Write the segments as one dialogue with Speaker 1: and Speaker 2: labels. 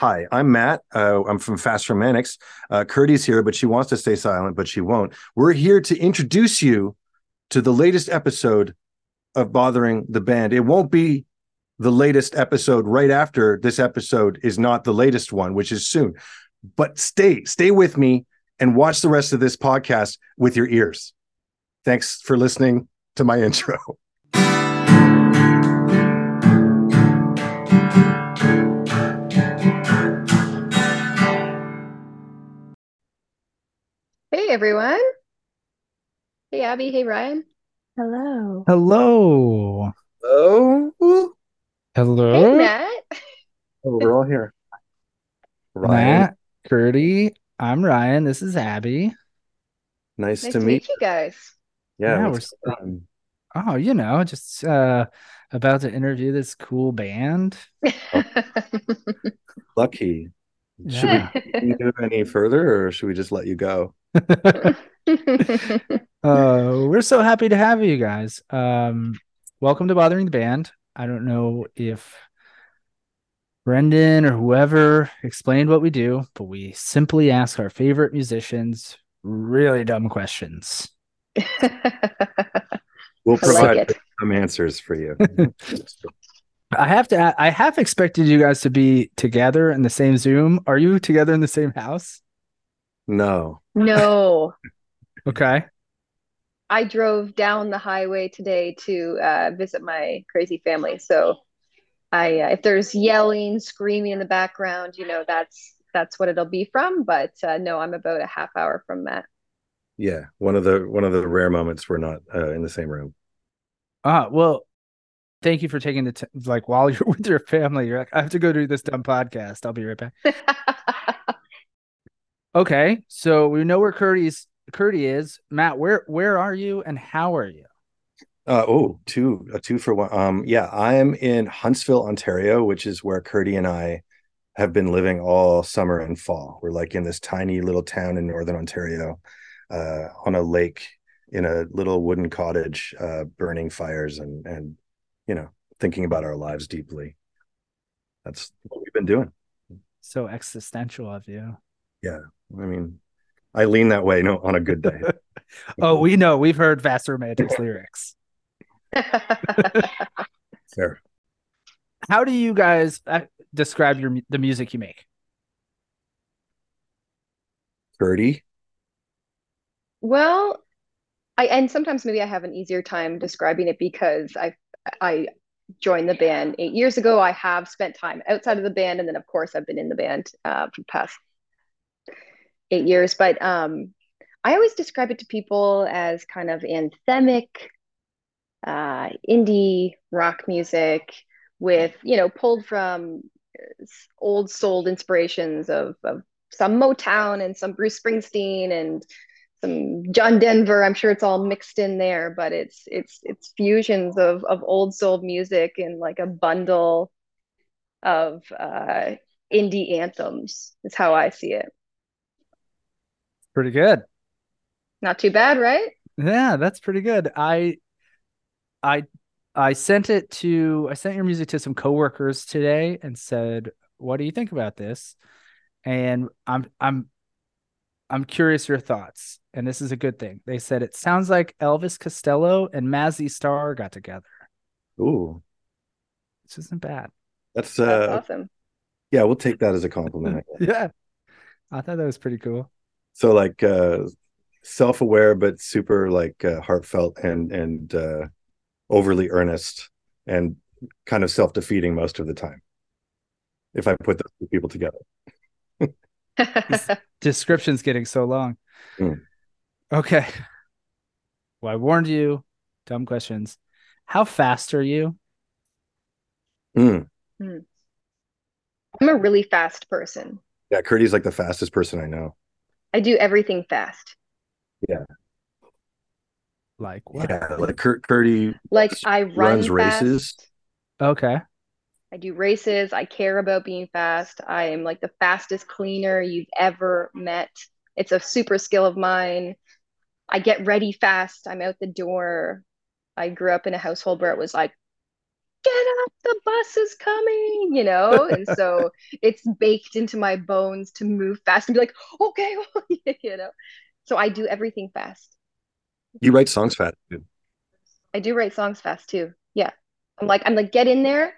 Speaker 1: Hi, I'm Matt. Uh, I'm from Fast Romantics. Uh, Curdy's here, but she wants to stay silent, but she won't. We're here to introduce you to the latest episode of Bothering the Band. It won't be the latest episode right after this episode is not the latest one, which is soon. But stay, stay with me and watch the rest of this podcast with your ears. Thanks for listening to my intro.
Speaker 2: Hey everyone. Hey Abby, hey Ryan.
Speaker 3: Hello.
Speaker 4: Hello.
Speaker 1: Oh,
Speaker 2: Hey
Speaker 4: Hello.
Speaker 2: Matt.
Speaker 1: we're all here.
Speaker 4: Matt, Curdy. I'm Ryan. This is Abby.
Speaker 1: nice,
Speaker 2: Nice
Speaker 1: to meet you.
Speaker 2: you guys.
Speaker 1: Yeah,
Speaker 4: Yeah,
Speaker 1: what's
Speaker 4: we're-
Speaker 1: going on?
Speaker 4: Oh, you know, just uh about to interview this cool band.
Speaker 1: lucky. Should
Speaker 4: Yeah.
Speaker 1: we do any further, or should we just let you go?
Speaker 4: Uh we're so happy to have you guys. Um welcome to Bothering the Band. I don't know if Brendan or whoever explained what we do, but we simply ask our favorite musicians really dumb questions.
Speaker 1: We'll
Speaker 2: I like
Speaker 1: provide
Speaker 2: it.
Speaker 1: some answers for you.
Speaker 4: I have to. a- I have expected you guys to be together in the same Zoom. Are you together in the same house?
Speaker 1: no,
Speaker 2: No,
Speaker 4: Okay.
Speaker 2: I drove down the highway today to uh, visit my crazy family. So I uh, if there's yelling, screaming in the background, you know, that's that's what it'll be from, but uh, no, I'm about a half hour from Matt.
Speaker 1: yeah, one of the one of the rare moments we're not uh, in the same room.
Speaker 4: Ah, well, thank you for taking the t- like while you're with your family. You're like, I have to go do this dumb podcast. I'll be right back. Okay, so we know where Curdy's Curdy is. Matt, where where are you and how are you?
Speaker 1: Uh, oh, two a two for one. Um, yeah, I am in Huntsville, Ontario, which is where Curdy and I have been living all summer and fall. We're like in this tiny little town in northern Ontario, uh, on a lake in a little wooden cottage, uh, burning fires and and you know thinking about our lives deeply. That's what we've been doing.
Speaker 4: So existential of you.
Speaker 1: I mean, I lean that way. No, on a good day.
Speaker 4: Oh, we know. We've heard Vast Romantics lyrics.
Speaker 1: fair.
Speaker 4: How do you guys uh, describe your mu- the music you make?
Speaker 1: Curdy,
Speaker 2: Well, I and sometimes maybe I have an easier time describing it because I I joined the band eight years ago. I have spent time outside of the band, and then of course I've been in the band uh, for the past eight years. But um, I always describe it to people as kind of anthemic uh, indie rock music with you know pulled from uh, s- old soul inspirations of, of some Motown and some Bruce Springsteen and some John Denver. I'm sure it's all mixed in there, but it's it's it's fusions of of old soul music and like a bundle of uh, indie anthems is how I see it.
Speaker 4: Pretty good.
Speaker 2: Not too bad, right?
Speaker 4: Yeah, that's pretty good. I I I sent it to I sent your music to some coworkers today and said, "What do you think about this?" And I'm I'm I'm curious your thoughts. And this is a good thing. They said it sounds like Elvis Costello and Mazzy Star got together,
Speaker 1: ooh,
Speaker 4: which isn't bad.
Speaker 1: that's
Speaker 2: That's
Speaker 1: uh,
Speaker 2: awesome.
Speaker 1: yeah, we'll take that as a compliment. I guess.
Speaker 4: Yeah. I thought that was pretty cool.
Speaker 1: so like uh self-aware but super like uh, heartfelt and and uh overly earnest and kind of self-defeating most of the time if i put those two people together
Speaker 4: Description's getting so long.
Speaker 1: Mm.
Speaker 4: Okay. Well, I warned you. Dumb questions. How fast are you?
Speaker 1: Mm.
Speaker 2: I'm a really fast person.
Speaker 1: yeah curdy's like the fastest person i know
Speaker 2: I do everything fast.
Speaker 4: Like what?
Speaker 1: yeah like Cur- curdy
Speaker 2: Like I run
Speaker 1: Runs
Speaker 2: fast.
Speaker 1: races.
Speaker 4: Okay.
Speaker 2: I do races. I care about being fast. I am like the fastest cleaner you've ever met. It's a super skill of mine. I get ready fast. I'm out the door. I grew up in a household where it was like get up the bus is coming you know and so it's baked into my bones to move fast and be like okay you know so i do everything fast
Speaker 1: You write songs fast. Too.
Speaker 2: i do write songs fast too yeah i'm like i'm like get in there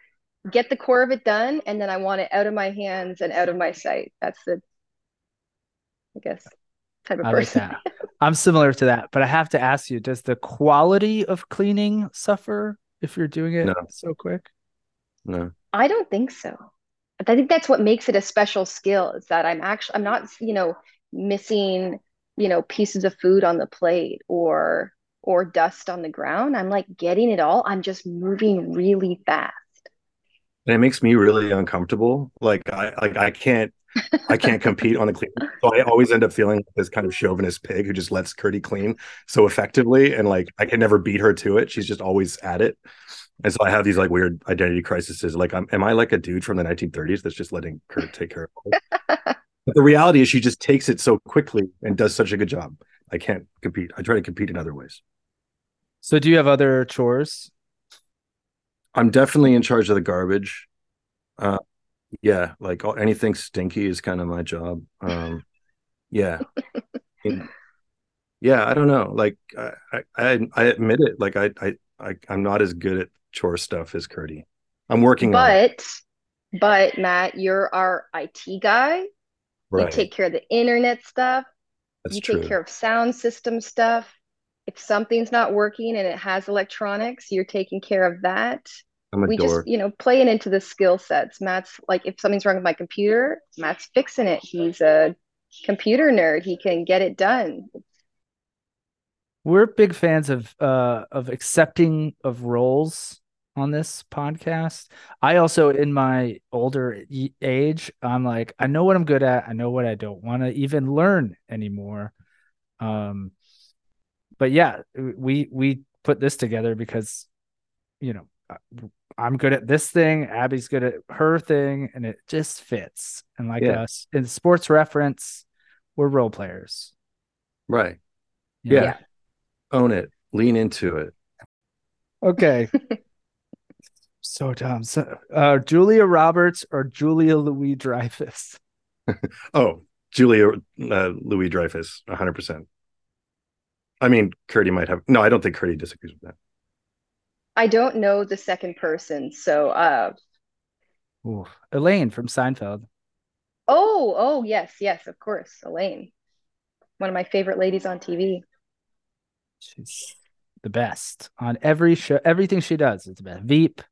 Speaker 2: get the core of it done and then i want it out of my hands and out of my sight that's the i guess type of
Speaker 4: I like
Speaker 2: person
Speaker 4: that. I'm similar to that, but I have to ask you: Does the quality of cleaning suffer if you're doing it
Speaker 1: No.
Speaker 4: so quick?
Speaker 1: No.
Speaker 2: I don't think so. I think that's what makes it a special skill is that I'm actually I'm not, you know, missing, you know, pieces of food on the plate or or dust on the ground. I'm like getting it all. I'm just moving really fast.
Speaker 1: And it makes me really uncomfortable. Like I like I can't I can't compete on the clean. So I always end up feeling like this kind of chauvinist pig who just lets Curdy clean so effectively, and like I can never beat her to it. She's just always at it, and so I have these like weird identity crises. Like, I'm, am I like a dude from the 1930s that's just letting Kurt take care of it? but the reality is, she just takes it so quickly and does such a good job. I can't compete. I try to compete in other ways.
Speaker 4: So, do you have other chores?
Speaker 1: I'm definitely in charge of the garbage. Uh, yeah, like all, anything stinky is kind of my job. Um, yeah, yeah. I don't know. Like I, I- I, I admit it. Like I, I, I, I'm not as good at chore stuff as Curdy. I'm working on it.
Speaker 2: But but Matt, you're our IT guy. You
Speaker 1: Right,
Speaker 2: take care of the internet stuff.
Speaker 1: that's
Speaker 2: you
Speaker 1: true.
Speaker 2: take care of sound system stuff. If something's not working and it has electronics, you're taking care of that.
Speaker 1: I'm a
Speaker 2: we just
Speaker 1: dork.
Speaker 2: you know playing into the skill sets matt's like if something's wrong with my computer matt's fixing it he's a computer nerd he can get it done
Speaker 4: We're big fans of uh of accepting of roles on this podcast. I also, in my older y- age, I'm like, I know what I'm good at. I know what I don't want to even learn anymore. Um, but yeah, we we put this together because, you know, I- I'm good at this thing. Abby's good at her thing, and it just fits. And like
Speaker 1: Yeah.
Speaker 4: us in sports reference, we're role players.
Speaker 1: Right,
Speaker 4: you know?
Speaker 1: Yeah. own it, lean into it.
Speaker 4: Okay. so dumb. So, uh, Julia Roberts or Julia Louis Dreyfus?
Speaker 1: Oh, Julia uh, Louis Dreyfus, 100. percent I mean, Curdy might have. No, I don't think Curdy disagrees with that.
Speaker 2: i don't know the second person so uh
Speaker 4: Ooh, Elaine from Seinfeld.
Speaker 2: oh oh yes yes of course elaine one of my favorite ladies on tv
Speaker 4: She's the best on every show. Everything she does is the best. Veep,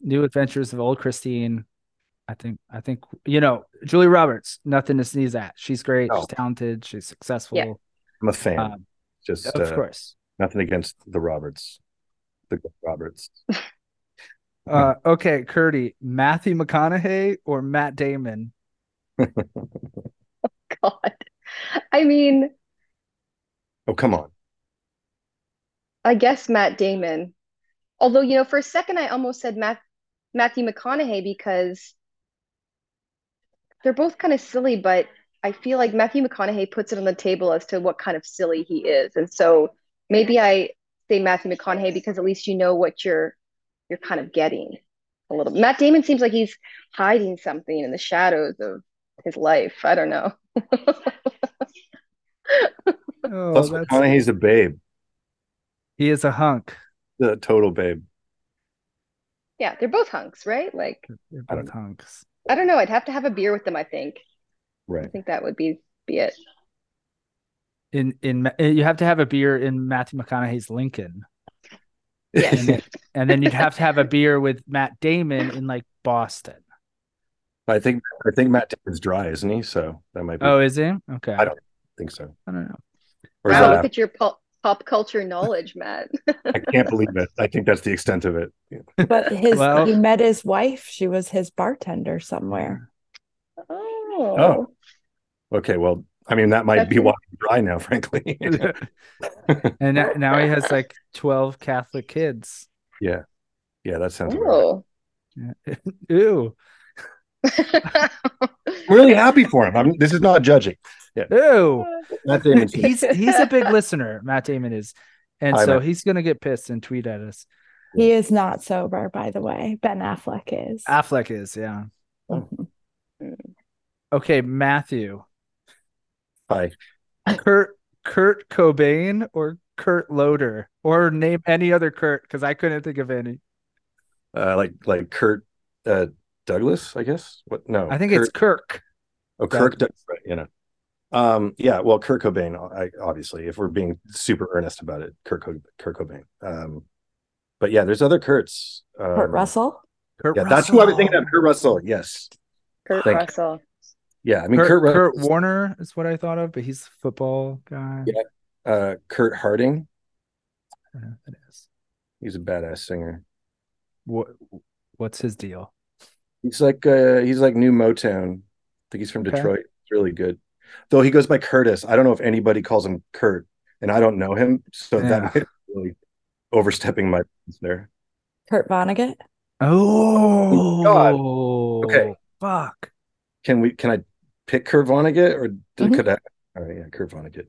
Speaker 4: New Adventures of Old Christine. I think. I think you know Julia Roberts. Nothing to sneeze at. She's great.
Speaker 1: No.
Speaker 4: She's talented. She's successful.
Speaker 1: I'm a fan.
Speaker 4: Um,
Speaker 1: Just
Speaker 4: of
Speaker 1: uh,
Speaker 4: course.
Speaker 1: Nothing against the Roberts, the good Roberts.
Speaker 4: Uh, okay, Curdy, Matthew McConaughey or Matt Damon?
Speaker 2: god i mean
Speaker 1: Oh, come on.
Speaker 2: i guess matt damon although you know for a second i almost said matt matthew mcconaughey because they're both kind of silly, but I feel like Matthew McConaughey puts it on the table as to what kind of silly he is. And so maybe I say Matthew McConaughey because at least you know what you're you're kind of getting a little. Matt Damon seems like he's hiding something in the shadows of his life. I don't know.
Speaker 4: Oh,
Speaker 1: Plus,
Speaker 4: that's-
Speaker 1: McConaughey's a babe,
Speaker 4: he is a hunk.
Speaker 1: the total babe.
Speaker 2: Yeah, they're both hunks, right? Like
Speaker 4: They're
Speaker 1: I don't
Speaker 4: both hunks.
Speaker 2: I don't know. I'd have to have a beer with them, I think. I
Speaker 1: Right.
Speaker 2: think that would be be it.
Speaker 4: In in Ma- eh, you have to have a beer in Matthew McConaughey's Lincoln,
Speaker 2: Yes.
Speaker 4: And then- and then you'd have to have a beer with Matt Damon in like Boston.
Speaker 1: I think I think Matt Damon's dry, isn't he? So that might be.
Speaker 4: Oh,
Speaker 1: I
Speaker 4: is he? Okay,
Speaker 1: I don't- think so.
Speaker 4: don't know.
Speaker 1: Or is
Speaker 2: wow,
Speaker 1: that
Speaker 2: look at your pop pop culture knowledge, Matt.
Speaker 1: I can't believe it. I think that's the extent of it.
Speaker 3: But his
Speaker 4: Well-
Speaker 3: he met his wife. She was his bartender somewhere.
Speaker 2: Oh.
Speaker 1: Okay. Well, I mean, that might
Speaker 2: That's
Speaker 1: be
Speaker 2: it.
Speaker 1: why I'm dry now, frankly.
Speaker 4: and now, now he has like twelve Catholic kids.
Speaker 1: yeah, that sounds. about right.
Speaker 2: Oh.
Speaker 4: Ew,
Speaker 1: I'm really happy for him. I'm, this is not judging.
Speaker 4: ew.
Speaker 1: Matt Damon's
Speaker 4: he's he's a big listener. Matt Damon is, and
Speaker 1: Hi,
Speaker 4: so
Speaker 1: Matt.
Speaker 4: he's gonna get pissed and tweet at us.
Speaker 3: He is not sober, by the way. Ben Affleck is.
Speaker 1: Oh.
Speaker 4: Affleck is, yeah.
Speaker 3: Mhm.
Speaker 4: Okay, Matthew.
Speaker 1: Hi.
Speaker 4: Kurt Kurt Cobain or Kurt Loader or name any other Kurt because I couldn't think of any.
Speaker 1: Uh, like like Kurt uh, Douglas, I guess. What? No,
Speaker 4: I think
Speaker 1: Kurt,
Speaker 4: it's Kirk.
Speaker 1: oh, Kirk
Speaker 4: Douglas.
Speaker 1: Douglas. Right, you know. Um. Yeah. Well, Kurt Cobain. I, obviously, if we're being super earnest about it, Kurt Co- Kurt Cobain. Um. But yeah, there's other Kurt's. Um,
Speaker 3: Kurt Russell.
Speaker 4: Kurt
Speaker 1: Yeah, that's who I was
Speaker 4: Russell.
Speaker 1: thinking of. Kurt Russell. Yes.
Speaker 2: Kurt
Speaker 1: Thank you.
Speaker 2: Russell.
Speaker 1: Yeah. I mean, Kurt.
Speaker 4: Kurt,
Speaker 1: Ru-
Speaker 4: Kurt Warner is what I thought of, but he's a football guy.
Speaker 1: Yeah. uh, Kurt Harding.
Speaker 4: I don't know who that is.
Speaker 1: He's a badass singer.
Speaker 4: What what's his deal?
Speaker 1: He's like uh he's like new Motown. I think he's from
Speaker 4: Okay.
Speaker 1: Detroit. It's really good. Though he goes by Curtis. I don't know if anybody calls him Kurt, and I don't know him, so that
Speaker 4: Yeah.
Speaker 1: might be really overstepping my bounds there.
Speaker 3: Kurt Vonnegut.
Speaker 4: Oh
Speaker 1: God.
Speaker 4: Okay. Fuck.
Speaker 1: Can we can I pick Kurt Vonnegut or did,
Speaker 3: Mhm.
Speaker 1: could I all right, yeah, Kurt Vonnegut.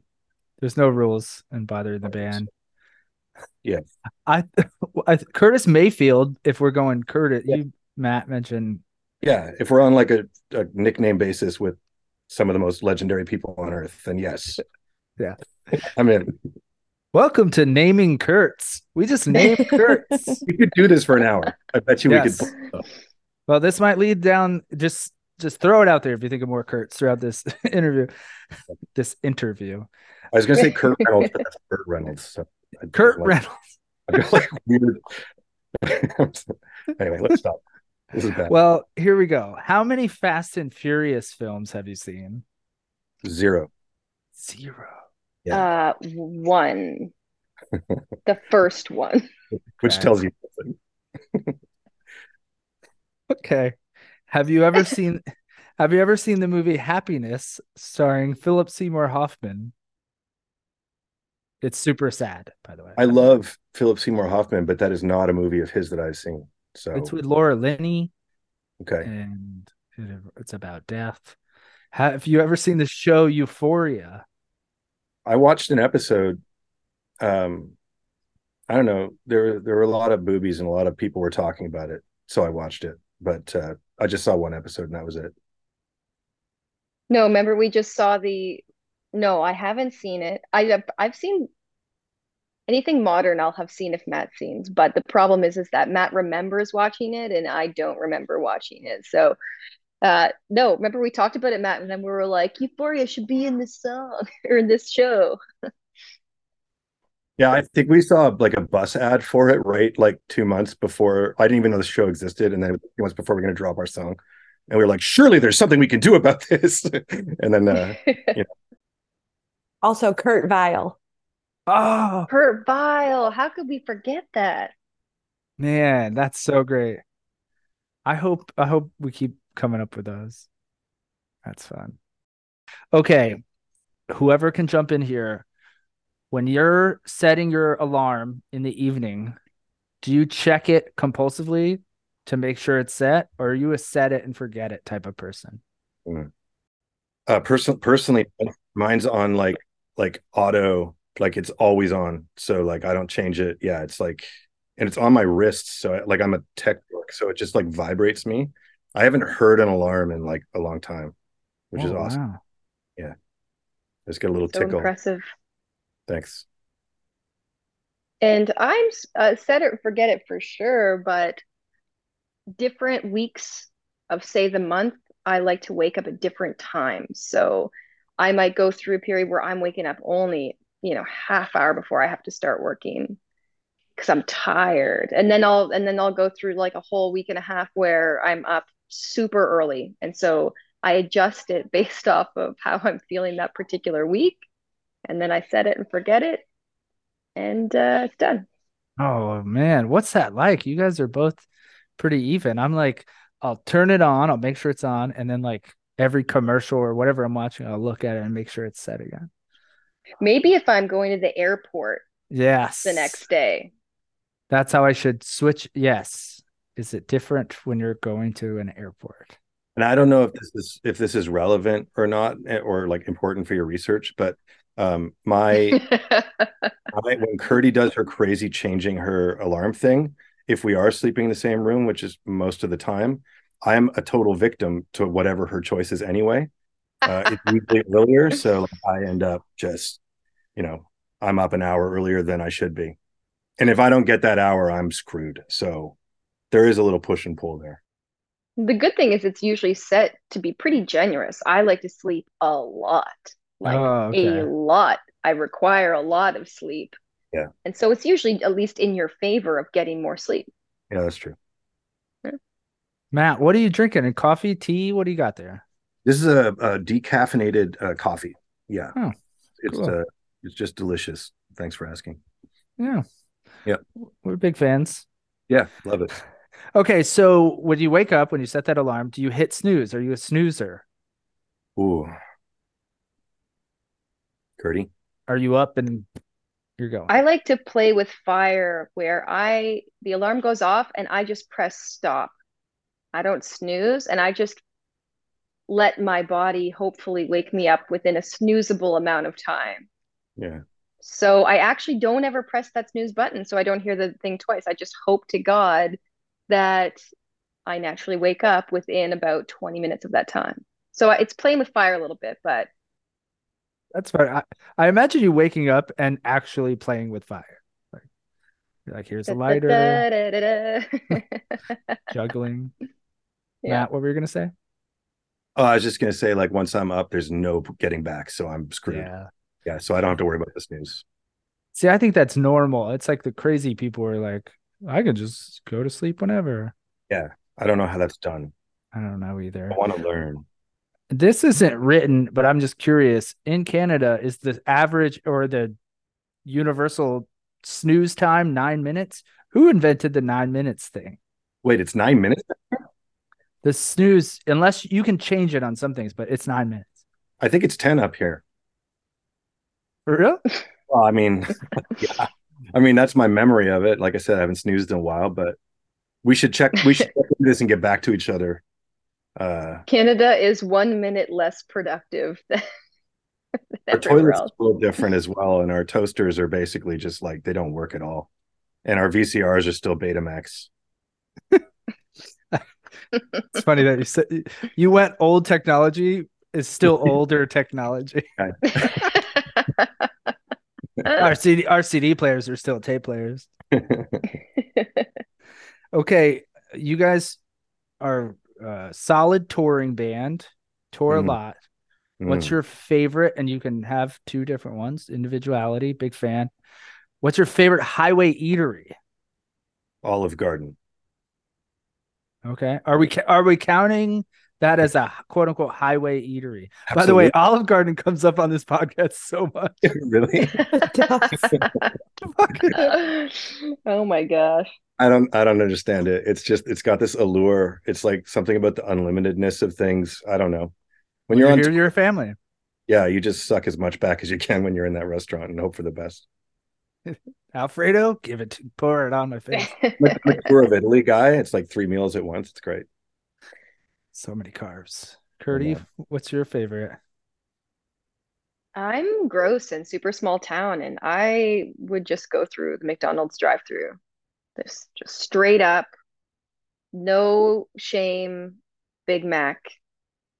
Speaker 4: There's no rules in bothering the band.
Speaker 1: Yeah.
Speaker 4: I, I Curtis Mayfield. If we're going Curtis,
Speaker 1: Yeah.
Speaker 4: you Matt mentioned
Speaker 1: Yeah, if we're on like a, a nickname basis with some of the most legendary people on earth, then yes.
Speaker 4: Yeah.
Speaker 1: I mean,
Speaker 4: Welcome to naming Kurtz. We just named Kurtz.
Speaker 1: we could do this for an hour. I bet you we
Speaker 4: Yes.
Speaker 1: could
Speaker 4: Well, this might lead down just just throw it out there if you think of more Kurtz throughout this interview. This interview.
Speaker 1: I was gonna say Kurt Reynolds, but that's Kurt Reynolds. So I-
Speaker 4: Kurt
Speaker 1: like-
Speaker 4: Reynolds.
Speaker 1: I feel like weird. anyway, let's stop. This is bad.
Speaker 4: Well, here we go. How many Fast and Furious films have you seen?
Speaker 1: Zero.
Speaker 4: Zero.
Speaker 1: Yeah.
Speaker 2: Uh, one. the first one.
Speaker 1: Which
Speaker 4: Okay.
Speaker 1: tells you something.
Speaker 4: Okay. Have you ever seen have you ever seen the movie Happiness starring Philip Seymour Hoffman? It's super sad, by the way.
Speaker 1: I love Philip Seymour Hoffman, but that is not a movie of his that I've seen. So
Speaker 4: it's with Laura Linney
Speaker 1: okay.
Speaker 4: and it- it's about death. Have you ever seen the show Euphoria?
Speaker 1: I watched an episode. Um I don't know. There there were a lot of boobies and a lot of people were talking about it. So I watched it. But uh I just saw one episode and that was it.
Speaker 2: No, remember we just saw the. No, I haven't seen it. I I've seen anything modern. I'll have seen if Matt sees, but the problem is is that Matt remembers watching it and I don't remember watching it. So, uh, no, remember we talked about it, Matt, and then we were like, Euphoria should be in this song or in this show.
Speaker 1: Yeah, I think we saw like a bus ad for it right like two months before. I didn't even know the show existed, and then two months before we're going to drop our song, and we were like, "Surely there's something we can do about this." and then uh,
Speaker 3: Also Kurt Vile.
Speaker 1: Ah,
Speaker 4: Oh
Speaker 2: Kurt Vile, how could we forget that?
Speaker 4: man, that's so great. I hope I hope we keep coming up with those. That's fun. Okay. Whoever can jump in here, when you're setting your alarm in the evening, do you check it compulsively to make sure it's set, or are you a set it and forget it type of person?
Speaker 1: uh, person personally, mine's on like like auto, like it's always on, so like I don't change it. Yeah, it's like, and it's on my wrist, so like I'm a tech dork, so it just like vibrates me. I haven't heard an alarm in like a long time, which is
Speaker 4: Oh,
Speaker 1: awesome.
Speaker 4: wow.
Speaker 1: I just get a little
Speaker 2: So
Speaker 1: tickle.
Speaker 2: impressive.
Speaker 1: Thanks.
Speaker 2: And I'm s- uh, set it, forget it for sure, but different weeks of, say, the month, I like to wake up at different times. So I might go through a period where I'm waking up only, you know, half hour before I have to start working because I'm tired. And then I'll and then I'll go through like a whole week and a half where I'm up super early. And so I adjust it based off of how I'm feeling that particular week. And then I set it and forget it. And uh, it's done.
Speaker 4: Oh man, what's that like? You guys are both pretty even. I'm like, I'll turn it on, I'll make sure it's on, and then like every commercial or whatever I'm watching, I'll look at it and make sure it's set again.
Speaker 2: Maybe if I'm going to the airport
Speaker 4: Yes.
Speaker 2: the next day.
Speaker 4: That's how I should switch. Yes. Is it different when you're going to an airport?
Speaker 1: and I don't know if this is if this is relevant or not, eh, or like important for your research, but um, my, my when Curdy does her crazy changing her alarm thing, if we are sleeping in the same room, which is most of the time, I'm a total victim to whatever her choice is anyway. Uh, it's usually earlier, so I end up just, you know, I'm up an hour earlier than I should be, and if I don't get that hour, I'm screwed. So there is a little push and pull there.
Speaker 2: The good thing is it's usually set to be pretty generous. I like to sleep a lot, like
Speaker 4: Oh,
Speaker 2: a
Speaker 4: okay.
Speaker 2: lot. I require a lot of sleep.
Speaker 1: Yeah.
Speaker 2: And so it's usually at least in your favor of getting more sleep.
Speaker 1: Yeah, that's true.
Speaker 4: Matt, what are you drinking? And coffee, tea? What do you got there?
Speaker 1: This is a, a decaffeinated uh, coffee. Yeah,
Speaker 4: Oh,
Speaker 1: it's
Speaker 4: cool.
Speaker 1: uh, it's just delicious. Thanks for asking.
Speaker 4: Yeah.
Speaker 1: Yeah.
Speaker 4: We're big fans.
Speaker 1: Yeah, love it.
Speaker 4: Okay, so when you wake up, when you set that alarm, do you hit snooze? Are you a snoozer?
Speaker 1: Ooh, Curdy.
Speaker 4: Are you up and you're going?
Speaker 2: I like to play with fire where I the alarm goes off and I just press stop. I don't snooze and I just let my body hopefully wake me up within a snoozable amount of time.
Speaker 1: Yeah,
Speaker 2: So I actually don't ever press that snooze button so I don't hear the thing twice. I just hope to God that I naturally wake up within about 20 minutes of that time. So it's playing with fire a little bit, but
Speaker 4: That's fine. I, I imagine you waking up and actually playing with fire. Like, you're like here's a lighter, juggling.
Speaker 2: Yeah.
Speaker 4: Matt, what were you gonna say?
Speaker 1: Oh, I was just gonna say, like, once I'm up, there's no getting back, so I'm screwed. Yeah,
Speaker 4: Yeah.
Speaker 1: so I don't have to worry about this news.
Speaker 4: See, I think that's normal. It's like the crazy people are like, I could just go to sleep whenever.
Speaker 1: I don't know how that's done.
Speaker 4: I don't know either.
Speaker 1: I want to learn.
Speaker 4: This isn't written, but I'm just curious. In Canada, is the average or the universal snooze time nine minutes? Who invented the nine minutes thing?
Speaker 1: Wait, it's nine minutes.
Speaker 4: The snooze, unless you can change it on some things, but it's nine minutes.
Speaker 1: I think it's ten up here.
Speaker 4: For real?
Speaker 1: Well, I mean, yeah. I mean that's my memory of it. Like I said, I haven't snoozed in a while, but we should check. We should check into this and get back to each other. Uh,
Speaker 2: Canada is one minute less productive than
Speaker 1: our
Speaker 2: everywhere
Speaker 1: toilets
Speaker 2: else.
Speaker 1: are a little different as well, and our toasters are basically just like they don't work at all, and our VCRs are still Betamax.
Speaker 4: It's funny that you said you went old technology is still older technology. Our CD, our CD players are still tape players. Okay, you guys are a solid touring band, tour a
Speaker 1: Mhm.
Speaker 4: lot. What's your favorite? And you can have two different ones. Individuality, big fan. What's your favorite highway eatery?
Speaker 1: Olive Garden?
Speaker 4: Okay, are we ca- are we counting that as a quote unquote highway eatery? By the
Speaker 1: Absolutely.
Speaker 4: way, Olive Garden comes up on this podcast so much.
Speaker 1: really?
Speaker 2: oh my gosh.
Speaker 1: I don't I don't understand it. It's just it's got this allure. It's like something about the unlimitedness of things. I don't know. When you're
Speaker 4: You're
Speaker 1: on
Speaker 4: here, you're a family.
Speaker 1: yeah, you just suck as much back as you can when you're in that restaurant and hope for the best.
Speaker 4: Alfredo, give it, to- pour it on my face.
Speaker 1: Like the tour of Italy guy, it's like three meals at once. It's great.
Speaker 4: so many carbs. Curdy,
Speaker 1: Yeah.
Speaker 4: what's your favorite?
Speaker 2: I'm gross and super small town, and I would just go through the McDonald's drive-through. This just straight up, no shame, Big Mac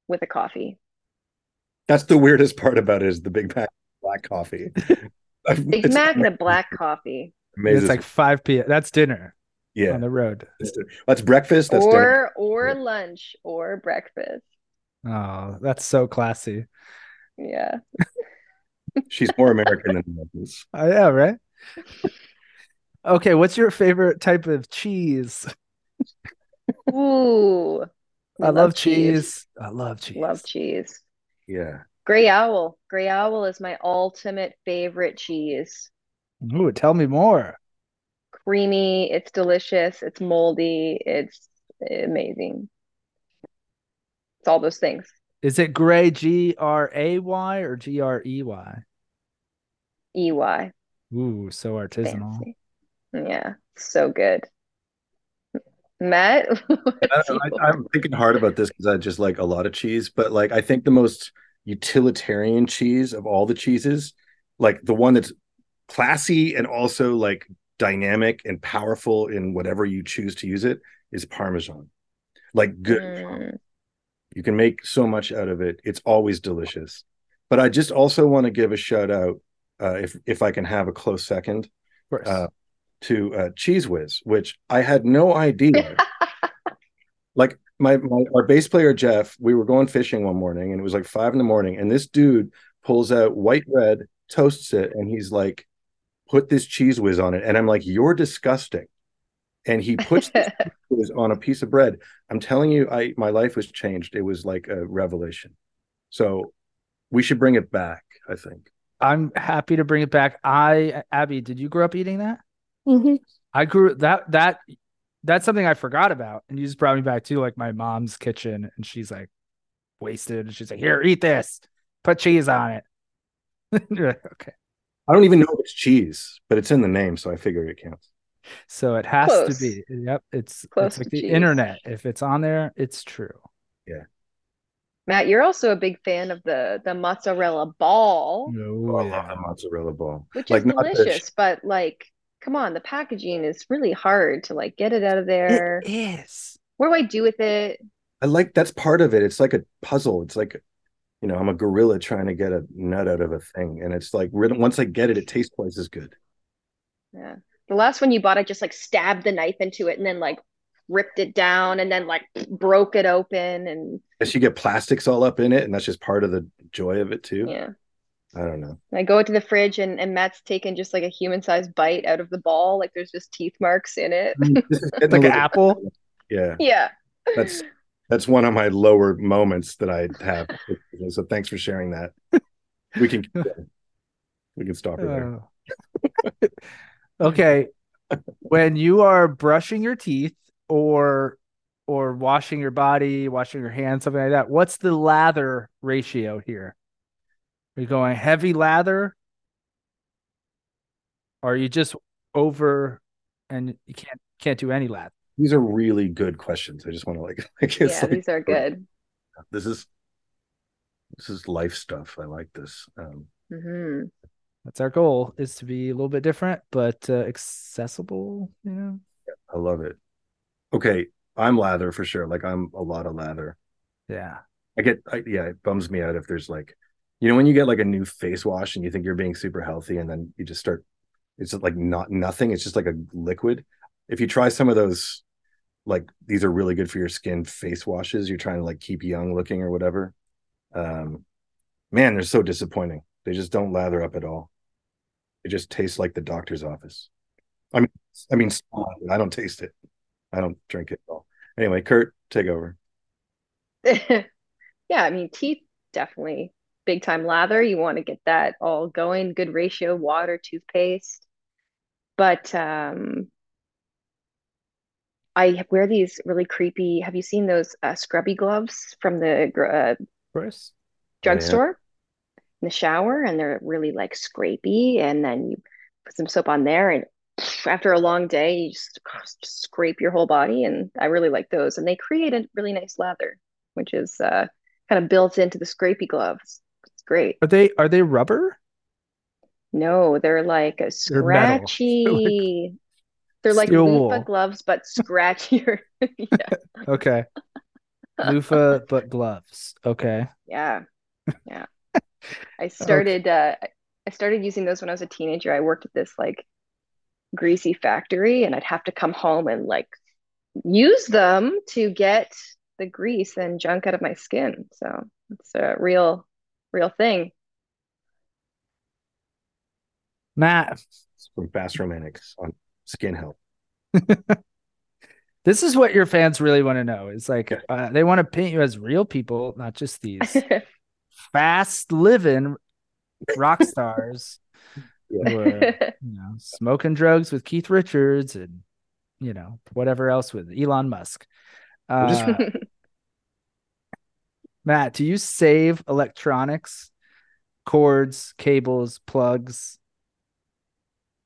Speaker 2: with a coffee.
Speaker 1: That's the weirdest part about it is the Big Mac black coffee.
Speaker 2: Big
Speaker 1: It's-
Speaker 2: Mac and a black coffee.
Speaker 1: amazes
Speaker 4: it's like 5 p.m. That's dinner
Speaker 1: me. yeah.
Speaker 4: on the road.
Speaker 1: That's, that's breakfast. That's dinner.
Speaker 2: or or lunch or breakfast.
Speaker 4: Oh, that's so classy.
Speaker 2: Yeah.
Speaker 1: She's more American than Americans.
Speaker 4: Oh, yeah, right? okay, what's your favorite type of cheese?
Speaker 2: Ooh. We
Speaker 4: I love cheese. I love cheese.
Speaker 2: Love cheese.
Speaker 1: Yeah.
Speaker 2: Gray owl. Gray owl is my ultimate favorite cheese.
Speaker 4: Ooh, tell me more.
Speaker 2: Creamy, it's delicious, it's moldy, it's amazing. It's all those things.
Speaker 4: Is it gray G R A Y or G R E Y?
Speaker 2: EY.
Speaker 4: Ooh, so artisanal.
Speaker 2: E Fancy. Yeah. So good. Matt,
Speaker 1: I,
Speaker 2: what's
Speaker 1: I-
Speaker 2: yours?
Speaker 1: I'm thinking hard about this because I just like a lot of cheese, but like I think the most utilitarian cheese of all the cheeses, like the one that's classy and also like dynamic and powerful in whatever you choose to use it is parmesan like good
Speaker 2: Mm.
Speaker 1: you can make so much out of it it's always delicious but i just also want to give a shout out uh, if if i can have a close second
Speaker 4: Of course.
Speaker 1: uh, to uh, cheese whiz which i had no
Speaker 2: Hmm.
Speaker 1: idea like my, my our bass player jeff we were going fishing one morning and it was like five in the morning and this dude pulls out white bread toasts it and he's like put this cheese whiz on it and i'm like you're disgusting and he puts this was on a piece of bread. I'm telling you, I my life was changed. It was like a revelation. So we should bring it back, I think.
Speaker 4: I'm happy to bring it back. I Abby, did you grow up eating that?
Speaker 3: Mhm.
Speaker 4: I grew that that that's something I forgot about, and you just brought me back to like my mom's kitchen, and she's like wasted, and she's like, "Here, eat this, put cheese on it." You're like, okay,
Speaker 1: I don't even know if it's cheese, but it's in the name, so I figure it counts.
Speaker 4: so it has
Speaker 2: Close.
Speaker 4: to be. Yep, it's
Speaker 2: Close
Speaker 4: it's like
Speaker 2: to
Speaker 4: the
Speaker 2: cheese.
Speaker 4: internet. If it's on there, it's true.
Speaker 2: Matt, you're also a big fan of the the mozzarella ball,
Speaker 4: No,
Speaker 1: Oh, I love the mozzarella ball.
Speaker 2: which
Speaker 1: Like,
Speaker 2: is
Speaker 1: not the-
Speaker 2: delicious, but like, come on, the packaging is really hard to like get it out of there.
Speaker 4: it is.
Speaker 2: What do I do with it?
Speaker 1: I like that's part of it. It's like a puzzle. It's like you know, I'm a gorilla trying to get a nut out of a thing, and it's like really- once I get it, it tastes twice as good.
Speaker 2: Yeah. The last one you bought, I just like stabbed the knife into it and then like ripped it down and then like broke it open and
Speaker 1: Unless you get plastics all up in it, and that's just part of the joy of it too.
Speaker 2: yeah.
Speaker 1: I don't know.
Speaker 2: And I go into the fridge and, and Matt's taken just like a human-sized bite out of the ball. Like there's just teeth marks in it.
Speaker 1: This is getting a
Speaker 4: Like an
Speaker 1: little-
Speaker 4: apple.
Speaker 1: Yeah.
Speaker 2: Yeah.
Speaker 1: That's that's one of my lower moments that I have. so thanks for sharing that. We can keep going. we can stop it there.
Speaker 4: Oh. okay. when you are brushing your teeth or or washing your body, washing your hands, something like that, what's the lather ratio here? Are you going heavy lather? Or are you just over and you can't can't do any lather?
Speaker 1: These are really good questions. I just want to like, like it's
Speaker 2: Yeah,
Speaker 1: like
Speaker 2: these are good.
Speaker 1: this is this is life stuff. I like this. Um,
Speaker 2: hmm
Speaker 4: That's our goal is to be a little bit different, but uh, accessible, you know.
Speaker 1: I love it. Okay, I'm lather for sure. Like I'm a lot of lather.
Speaker 4: Yeah.
Speaker 1: I get I, yeah, it bums me out if there's like you know when you get like a new face wash and you think you're being super healthy and then you just start it's like not nothing, it's just like a liquid. If you try some of those like these are really good for your skin face washes, you're trying to like keep young looking or whatever. Um man, they're so disappointing. They just don't lather up at all. It just tastes like the doctor's office. I mean I mean I don't taste it. I don't drink it at all. Anyway, Kurt, take over.
Speaker 2: yeah, I mean, teeth definitely big time lather. You want to get that all going, good ratio, water, toothpaste. But um, I wear these really creepy. Have you seen those uh, scrubby gloves from the gr- uh,
Speaker 4: Chris?
Speaker 2: drugstore in the shower and they're really like scrapey and then you put some soap on there and after a long day you just, just scrape your whole body and I really like those and they create a really nice lather which is uh, kind of built into the scrapey gloves it's great
Speaker 4: Are they are they rubber?
Speaker 2: no they're like a
Speaker 4: They're metal.
Speaker 2: scratchy they're like
Speaker 4: Steel
Speaker 2: loofah
Speaker 4: wool.
Speaker 2: gloves but scratchier yeah
Speaker 4: Okay. Loofah, but gloves. Okay.
Speaker 2: Yeah. Yeah. I started uh I started using those when I was a teenager. I worked at this like greasy factory and I'd have to come home and like use them to get the grease and junk out of my skin. So it's a real real thing.
Speaker 4: Matt,
Speaker 1: from Fast Romantics on skin health.
Speaker 4: this is what your fans really want to know. It's like
Speaker 1: Yeah.
Speaker 4: uh, they want to paint you as real people, not just these fast living rock stars
Speaker 1: Yeah.
Speaker 4: who are, you know, smoking drugs with Keith Richards and, you know, whatever else with Elon Musk.
Speaker 1: just-
Speaker 4: Uh, Matt, do you save electronics, cords, cables, plugs,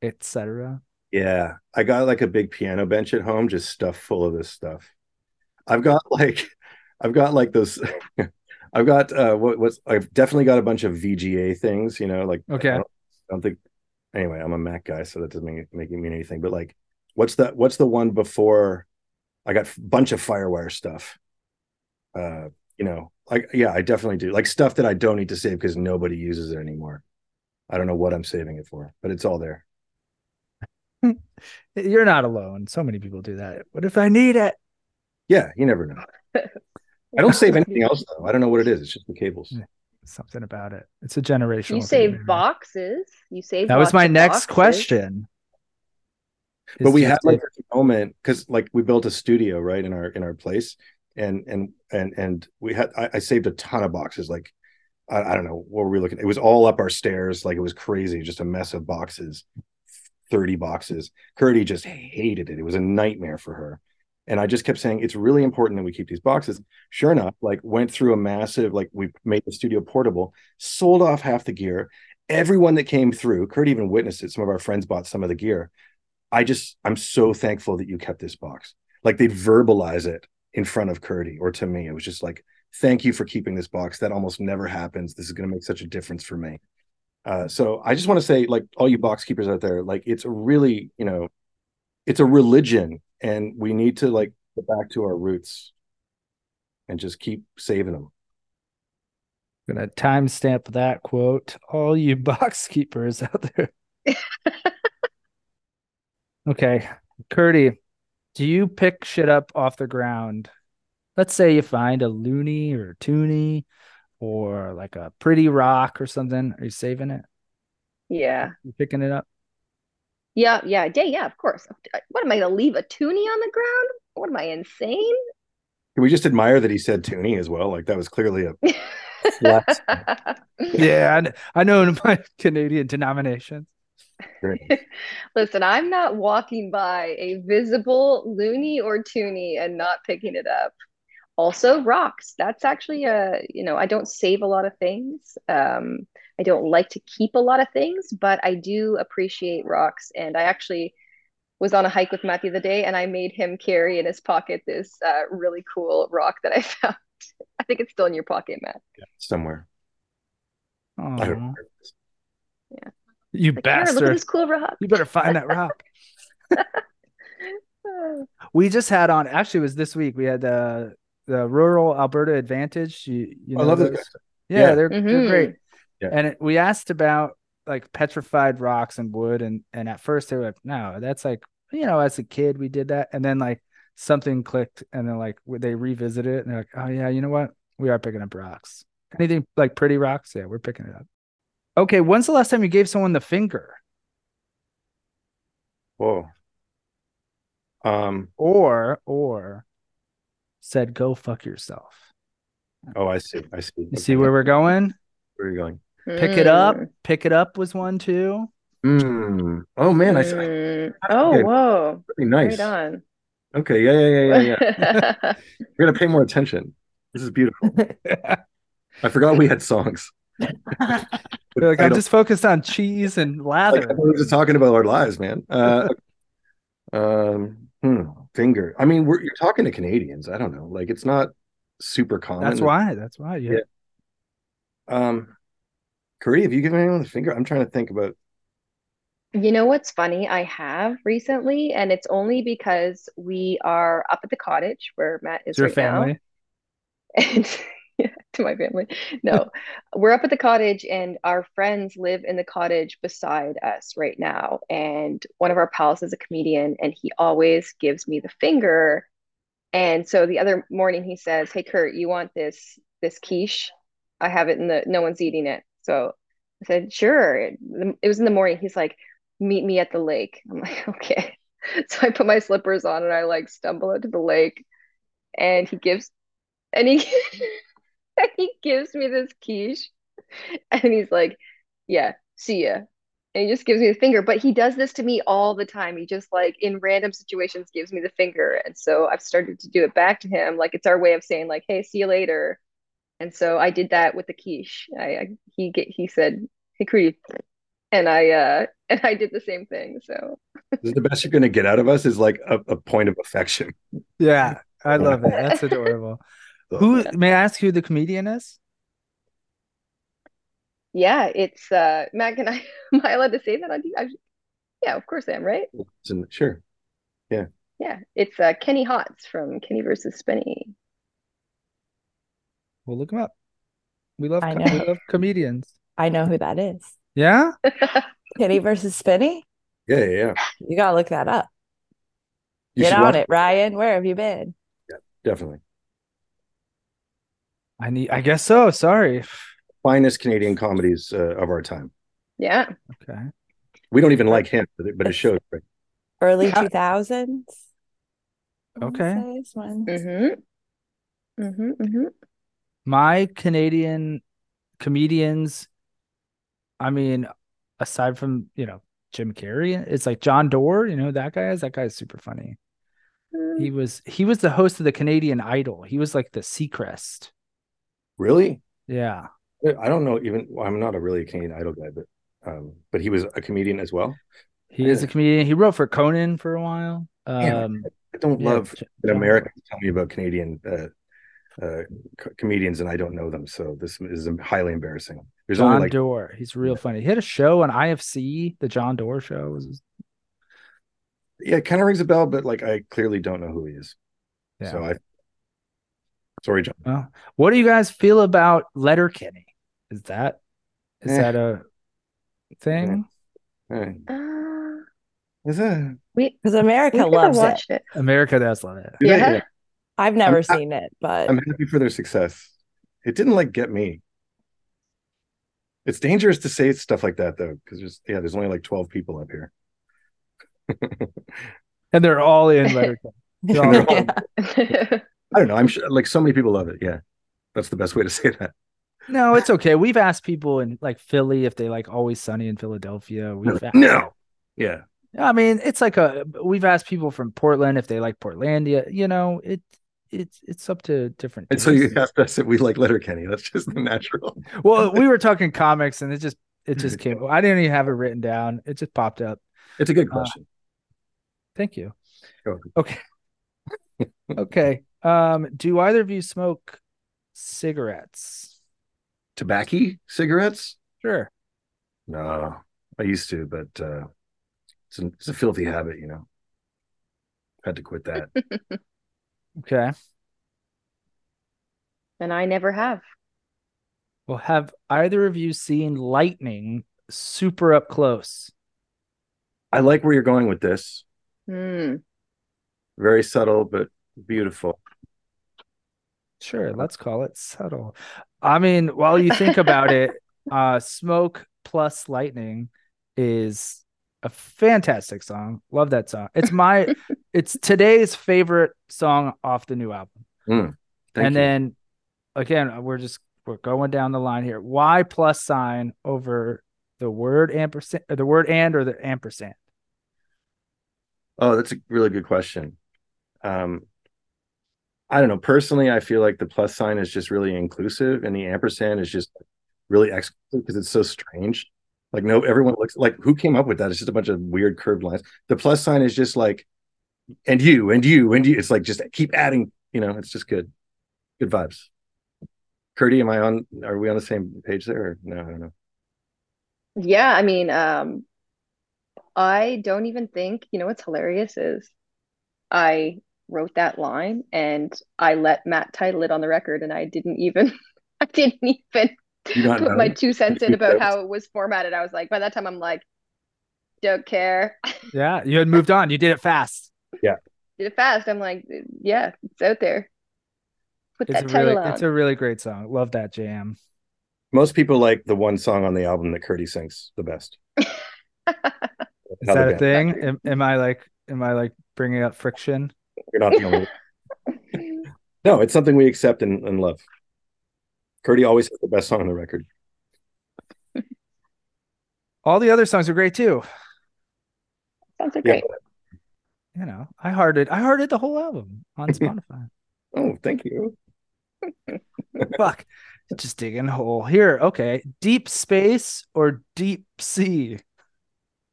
Speaker 4: etc.?
Speaker 1: Yeah, I got like a big piano bench at home, just stuffed full of this stuff. I've got like, I've got like those. I've got uh, what, what's I've definitely got a bunch of VGA things, you know, like I
Speaker 4: Okay.
Speaker 1: don't, I don't think anyway, I'm a Mac guy, so that doesn't make, make it mean anything. But like, what's that? What's the one before? I got a bunch of FireWire stuff. Uh, you know, like yeah, I definitely do. Like stuff that I don't need to save because nobody uses it anymore. I don't know what I'm saving it for, but it's all there.
Speaker 4: You're not alone. So many people do that. What if I need it?
Speaker 1: Yeah, you never know. I don't save anything else though. I don't know what it is. It's just the cables.
Speaker 4: Something about it. It's a generational.
Speaker 2: You
Speaker 4: thing,
Speaker 2: save
Speaker 4: maybe.
Speaker 2: boxes. You save.
Speaker 4: That was
Speaker 2: lots
Speaker 4: my
Speaker 2: of
Speaker 4: next
Speaker 2: boxes.
Speaker 4: question.
Speaker 1: but
Speaker 4: Is
Speaker 1: we
Speaker 4: just
Speaker 1: had like
Speaker 4: if-
Speaker 1: a moment because like we built a studio right in our in our place and and and and we had i, I saved a ton of boxes like I, I don't know what were we looking it was all up our stairs like it was crazy just a mess of boxes 30 boxes curdy just hated it it was a nightmare for her and i just kept saying it's really important that we keep these boxes sure enough like went through a massive like we made the studio portable sold off half the gear everyone that came through kurt even witnessed it some of our friends bought some of the gear I just I'm so thankful that you kept this box. Like they'd verbalize it in front of Curdy or to me. It was just like, thank you for keeping this box. That almost never happens. This is gonna make such a difference for me. Uh, so I just want to say, like all you box keepers out there, like it's a really, you know, it's a religion, and we need to like get back to our roots and just keep saving them.
Speaker 4: gonna timestamp that quote. All you box keepers out there. okay, Curdy, do you pick shit up off the ground? Let's say you find a loony or a toonie or like a pretty rock or something. Are you saving it?
Speaker 2: Yeah.
Speaker 4: You picking it up?
Speaker 2: Yeah. Yeah. Yeah. Yeah. Of course. What am I gonna leave a toonie on the ground? What am I insane?
Speaker 1: Can we just admire that he said Toonie as well? Like that was clearly a flex.
Speaker 4: Yeah, I, kn- I know my Canadian denomination.
Speaker 2: Listen, I'm not walking by a visible loony or toonie and not picking it up. Also, rocks. That's actually a, you know, I don't save a lot of things. Um, I don't like to keep a lot of things, but I do appreciate rocks. And I actually was on a hike with Matt the other day and I made him carry in his pocket this uh, really cool rock that I found. I think it's still in your pocket, Matt.
Speaker 1: somewhere. I don't
Speaker 4: Aw,
Speaker 1: know.
Speaker 2: Like, here,
Speaker 4: you
Speaker 2: look at
Speaker 4: bastard.
Speaker 2: this cool rock.
Speaker 4: You better find that rock. We just had on actually it was this week. We had the the rural Alberta Advantage. You, you
Speaker 1: Oh, I
Speaker 4: know
Speaker 1: love those
Speaker 4: those?
Speaker 1: guys.
Speaker 4: Yeah,
Speaker 1: Yeah.
Speaker 4: They're, they're
Speaker 2: Mhm.
Speaker 4: great.
Speaker 1: Yeah.
Speaker 4: And it, we asked about like petrified rocks and wood, and and at first they were like, no, that's like you know, as a kid we did that, and then like something clicked, and then like they revisit it, and they're like, oh yeah, you know what? We are picking up rocks. Anything like pretty rocks? Yeah, we're picking it up. Okay, when's the last time you gave someone the finger?
Speaker 1: Whoa. Um,
Speaker 4: Or or said go fuck yourself.
Speaker 1: Oh, I see. I see.
Speaker 4: You see where we're going?
Speaker 1: where you're going.
Speaker 4: Pick it up.
Speaker 2: Hmm.
Speaker 4: Pick it up was one too.
Speaker 1: Oh man, I I- really
Speaker 2: Mm. Oh,
Speaker 1: Okay.
Speaker 2: whoa.
Speaker 1: nice.
Speaker 2: Right on.
Speaker 1: Okay, yeah, yeah, yeah, yeah, yeah. We're gonna pay more attention. This is beautiful. I forgot we had songs.
Speaker 4: You're like,
Speaker 1: I
Speaker 4: I'm
Speaker 1: don't-
Speaker 4: just focused on cheese and
Speaker 1: like,
Speaker 4: lather.
Speaker 1: we were just talking about our lives, man. Uh, um, hmm, finger. I mean, we're you're talking to Canadians. I don't know. Like, it's not super common.
Speaker 4: That's why. That's why. Yeah.
Speaker 1: Yeah. Um, Korea, have you given anyone the finger? I'm trying to think about.
Speaker 2: You know what's funny? I have recently, and it's only because we are up at the cottage where Matt is
Speaker 4: It's your
Speaker 2: right now.
Speaker 4: family.
Speaker 2: and yeah, to my family. No, we're up at the cottage, and our friends live in the cottage beside us right now. And one of our pals is a comedian, and he always gives me the finger. And so the other morning, he says, "Hey, Kurt, you want this this quiche? I have it in the no one's eating it." So I said, "Sure." It, it was in the morning. He's like, "Meet me at the lake." I'm like, "Okay." So I put my slippers on and I like stumble out to the lake, and he gives and he and he gives me this quiche and he's like yeah see ya and he just gives me the finger but he does this to me all the time he just like in random situations gives me the finger and so I've started to do it back to him like it's our way of saying like hey see you later and so I did that with the quiche I, I he get he said hey Creed and I uh and I did the same thing so
Speaker 1: This is the best you're gonna get out of us is like a, a point of affection.
Speaker 4: Yeah. I love it. That's adorable. Who may I ask who the comedian is?
Speaker 2: yeah, it's uh, Matt. Can I am I allowed to say that on you? I- Yeah, of course I am, right?
Speaker 1: So, sure.
Speaker 2: Yeah, it's uh, Kenny Hotz from Kenny versus Spenny.
Speaker 4: We'll look them up. We love
Speaker 3: I
Speaker 4: co-
Speaker 3: know.
Speaker 4: we love comedians.
Speaker 3: I know who that is.
Speaker 4: Yeah,
Speaker 3: Kitty versus Spinny.
Speaker 1: Yeah, yeah, yeah.
Speaker 3: You gotta look that up.
Speaker 1: You
Speaker 3: Get
Speaker 1: should
Speaker 3: on
Speaker 1: watch
Speaker 3: it, Ryan. Where have you been?
Speaker 1: Definitely.
Speaker 4: I need. I guess so. Sorry.
Speaker 1: Finest Canadian comedies uh, of our time.
Speaker 2: Yeah,
Speaker 4: Okay.
Speaker 1: We don't even like him, but it, but it shows. Right?
Speaker 3: Early
Speaker 4: Yeah.
Speaker 3: two thousands.
Speaker 4: Okay.
Speaker 2: hmm hmm hmm
Speaker 4: my Canadian comedians, I mean, aside from, you know, Jim Carrey, it's like John Doerr, you know, who that guy is that guy's super funny.
Speaker 2: mm-hmm.
Speaker 4: He was he was the host of the Canadian Idol. He was like the Seacrest.
Speaker 1: Really?
Speaker 4: Yeah.
Speaker 1: Uh, I don't know. Even well, I'm not a really Canadian Idol guy, but um, but he was a comedian as well.
Speaker 4: He is a comedian. He wrote for Conan for a while.
Speaker 1: Yeah.
Speaker 4: Um
Speaker 1: I don't
Speaker 4: yeah,
Speaker 1: love
Speaker 4: J-
Speaker 1: that
Speaker 4: John
Speaker 1: Americans tell me about Canadian uh, uh, co- comedians, and I don't know them. So this is highly embarrassing. There's
Speaker 4: John
Speaker 1: only like
Speaker 4: Doerr. He's real funny. He had a show on IFC, the John Doerr show. was-
Speaker 1: yeah, it kind of rings a bell, but like I clearly don't know who he is.
Speaker 4: yeah.
Speaker 1: So I sorry, John.
Speaker 4: Well, what do you guys feel about Letterkenny? Is that is
Speaker 1: Eh.
Speaker 4: that a thing?
Speaker 1: Eh,
Speaker 2: Uh,
Speaker 1: Is that?
Speaker 2: we
Speaker 3: Because America
Speaker 2: we
Speaker 3: loves it.
Speaker 2: watched it.
Speaker 1: Eh.
Speaker 4: America does love it.
Speaker 1: do they-
Speaker 2: Yeah.
Speaker 3: I've never
Speaker 1: I'm-
Speaker 3: seen it, but
Speaker 1: I'm happy for their success. It didn't like get me. It's dangerous to say stuff like that though, because there's yeah, there's only like 12 people up here.
Speaker 4: And they're all in Letterkenny. They're all in.
Speaker 3: Yeah.
Speaker 1: I don't know. I'm sure like so many people love it. Yeah. That's the best way to say that.
Speaker 4: No, it's okay. We've asked people in like Philly if they like Always Sunny in Philadelphia. We've asked,
Speaker 1: No. Yeah.
Speaker 4: I mean, it's like a we've asked people from Portland if they like Portlandia. You know, it it's it's up to different.
Speaker 1: And so you
Speaker 4: tastes.
Speaker 1: asked us if we like Letterkenny. That's just the natural.
Speaker 4: well, we were talking comics, and it just it just came. I didn't even have it written down. It just popped up.
Speaker 1: It's a good
Speaker 4: Uh,
Speaker 1: question.
Speaker 4: Thank you.
Speaker 1: You're welcome.
Speaker 4: Okay. okay. Um, do either of you smoke cigarettes?
Speaker 1: Tobacco, cigarettes?
Speaker 4: Sure.
Speaker 1: No. I used to, but uh it's, an, it's a filthy habit, you know. Had to quit that.
Speaker 4: Okay.
Speaker 2: and I never have.
Speaker 4: Well, have either of you seen lightning super up close?
Speaker 1: I like where you're going with this.
Speaker 2: Hmm.
Speaker 1: very subtle but beautiful.
Speaker 4: Sure, let's call it subtle. I mean, while you think about it, uh Smoke plus Lightning is a fantastic song. Love that song. It's my it's today's favorite song off the new album.
Speaker 1: Thank
Speaker 4: and
Speaker 1: you.
Speaker 4: then again, we're just we're going down the line here. Why plus sign over the word ampersand or the word and or the ampersand?
Speaker 1: oh, that's a really good question. Um, I don't know. Personally, I feel like the plus sign is just really inclusive, and the ampersand is just really exclusive because it's so strange. Like, no, everyone looks like who came up with that? It's just a bunch of weird curved lines. The plus sign is just like, and you, and you, and you. It's like just keep adding. You know, it's just good, good vibes. Curdy, am I on? Are we on the same page there? Or no, I don't know.
Speaker 2: Yeah, I mean, um, I don't even think, you know what's hilarious is I wrote that line and I let Matt title it on the record and I didn't even I didn't even
Speaker 1: You not
Speaker 2: put my
Speaker 1: know?
Speaker 2: two cents in
Speaker 1: Two
Speaker 2: about
Speaker 1: cents.
Speaker 2: how it was formatted. I was like, by that time I'm like, don't care.
Speaker 4: Yeah, you had moved on. You did it fast.
Speaker 2: Did it fast. I'm like, yeah, it's out there. Put
Speaker 4: It's a
Speaker 2: that title
Speaker 4: really it's
Speaker 2: on.
Speaker 4: a really great song. Love that jam.
Speaker 1: Most people like the one song on the album that Curdy sings the best.
Speaker 4: Is
Speaker 1: Another
Speaker 4: that a
Speaker 1: band.
Speaker 4: thing? Am, am I like am I like bringing up friction?
Speaker 1: You're not the only one. No, it's something we accept and, and love. Curdy always has the best song on the record.
Speaker 4: All the other songs are great too.
Speaker 2: Sounds like
Speaker 1: Yeah.
Speaker 2: great.
Speaker 4: You know, I hearted I hearted the whole album on Spotify.
Speaker 1: Oh, thank you.
Speaker 4: Fuck. Just digging a hole. Here, okay. Deep space or deep sea?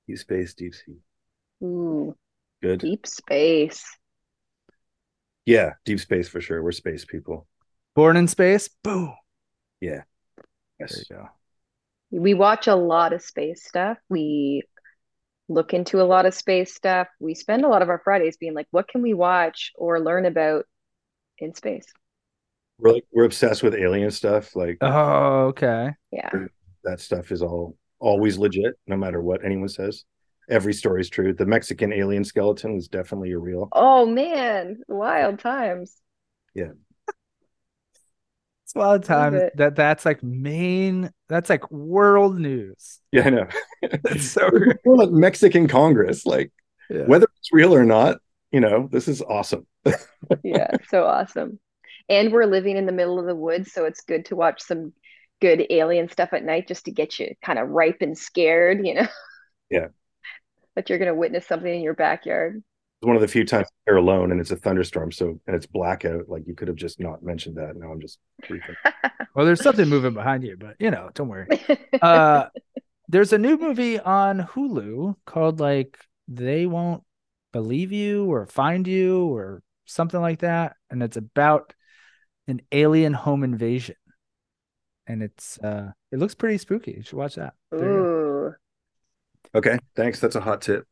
Speaker 1: Deep space, deep sea.
Speaker 2: Ooh,
Speaker 1: Good.
Speaker 2: deep space.
Speaker 1: Yeah, deep space for sure. We're space people.
Speaker 4: Born in space? Boom.
Speaker 1: Yeah.
Speaker 4: There
Speaker 1: Yes.
Speaker 4: you go.
Speaker 2: we watch a lot of space stuff. We look into a lot of space stuff. We spend a lot of our Fridays being like, what can we watch or learn about in space?
Speaker 1: We're like we're obsessed with alien stuff. Like
Speaker 4: Oh, okay.
Speaker 2: Yeah.
Speaker 1: that stuff is all always legit, no matter what anyone says. Every story's true. The Mexican alien skeleton is definitely a real.
Speaker 2: Oh man, wild times.
Speaker 4: It's a lot of times
Speaker 2: it.
Speaker 4: that that's like main that's like world news.
Speaker 1: Yeah, I know.
Speaker 4: That's so great.
Speaker 1: We're like Mexican Congress. Like
Speaker 4: Yeah.
Speaker 1: whether it's real or not, you know, this is awesome.
Speaker 2: Yeah, so awesome. And we're living in the middle of the woods, so it's good to watch some good alien stuff at night just to get you kind of ripe and scared, you know?
Speaker 1: Yeah.
Speaker 2: But you're going to witness something in your backyard.
Speaker 1: It's one of the few times you're alone and it's a thunderstorm. So and it's blackout. Like you could have just not mentioned that. Now I'm just freaking.
Speaker 4: Well, there's something moving behind you, but you know, don't worry. Uh there's a new movie on Hulu called like They Won't Believe You or Find You or something like that. And it's about an alien home invasion. And it's uh it looks pretty spooky. You should watch that. There you go.
Speaker 2: Ooh.
Speaker 1: Okay, thanks. That's a hot tip.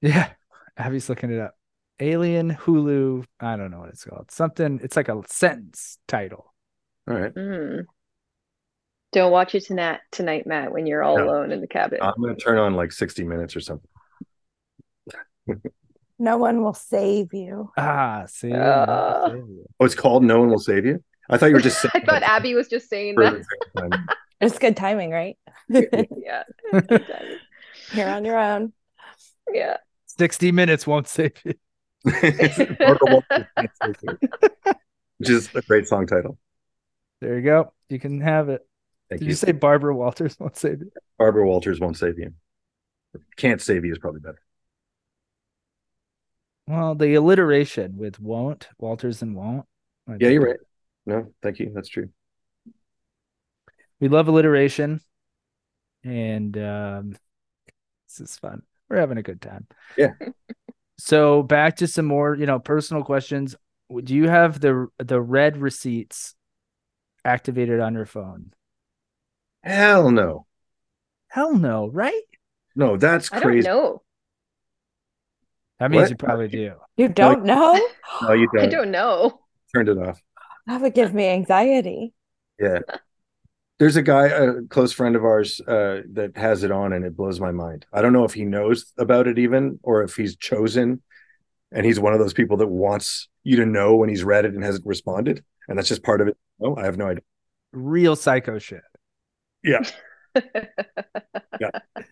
Speaker 4: Yeah. Abby's looking it up. Alien Hulu. I don't know what it's called. Something, it's like a sentence title.
Speaker 1: All right,
Speaker 2: Mm. Don't watch it tonight, tonight, Matt, when you're all
Speaker 1: No. Uh,
Speaker 2: alone in the cabin.
Speaker 1: I'm gonna turn on like 60 minutes or something.
Speaker 3: No one will save you.
Speaker 4: Ah, see.
Speaker 2: Uh.
Speaker 1: Oh, it's called No One Will Save You. I thought you were just.
Speaker 2: I
Speaker 1: saying
Speaker 2: thought
Speaker 1: that
Speaker 2: Abby was just saying
Speaker 1: for
Speaker 2: that.
Speaker 1: the second time.
Speaker 3: It's good timing, right?
Speaker 2: Yeah.
Speaker 3: You're on your own.
Speaker 2: Yeah.
Speaker 4: 60 minutes won't save you.
Speaker 1: Which is a great song title.
Speaker 4: There you go. You can have it.
Speaker 1: Thank
Speaker 4: Did
Speaker 1: you.
Speaker 4: you say Barbara Walters won't save you?
Speaker 1: Barbara Walters won't save you. Can't save you is probably better.
Speaker 4: Well, the alliteration with won't, Walters and won't. I
Speaker 1: Yeah,
Speaker 4: think
Speaker 1: you're right. No, thank you. That's true.
Speaker 4: We love alliteration. And um, this is fun. We're having a good time.
Speaker 1: Yeah.
Speaker 4: so back to some more, you know, personal questions. Do you have the the red receipts activated on your phone?
Speaker 1: Hell no.
Speaker 4: Hell no, right?
Speaker 1: No, that's
Speaker 2: I don't
Speaker 1: crazy.
Speaker 2: know.
Speaker 4: That means
Speaker 1: What?
Speaker 4: you probably do.
Speaker 3: You don't know?
Speaker 1: No, you
Speaker 2: I
Speaker 1: don't.
Speaker 2: don't know.
Speaker 1: Turned it off.
Speaker 3: That would give me anxiety.
Speaker 1: Yeah. There's a guy, a close friend of ours, uh, that has it on, and it blows my mind. I don't know if he knows about it even, or if he's chosen, and he's one of those people that wants you to know when he's read it and hasn't responded, and that's just part of it. No, I have no idea.
Speaker 4: Real psycho shit.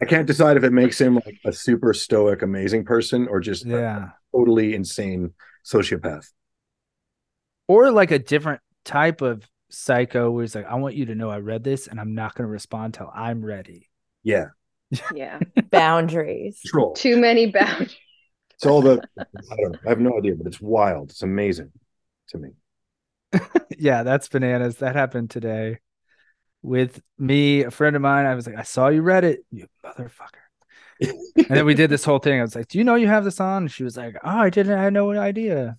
Speaker 1: I can't decide if it makes him like a super stoic, amazing person, or just a
Speaker 4: Yeah.
Speaker 1: totally insane sociopath.
Speaker 4: Or like a different type of psycho where it's like, I want you to know I read this and I'm not gonna respond till I'm ready.
Speaker 1: Yeah,
Speaker 2: Yeah.
Speaker 3: Boundaries.
Speaker 1: troll.
Speaker 2: Too many boundaries.
Speaker 1: It's all about. I don't know. I have no idea, but it's wild. It's amazing to me.
Speaker 4: yeah, that's bananas. That happened today with me, a friend of mine. I was like, I saw you read it, you motherfucker. and then we did this whole thing. I was like, Do you know you have this on? And she was like, Oh, I didn't. I had no idea.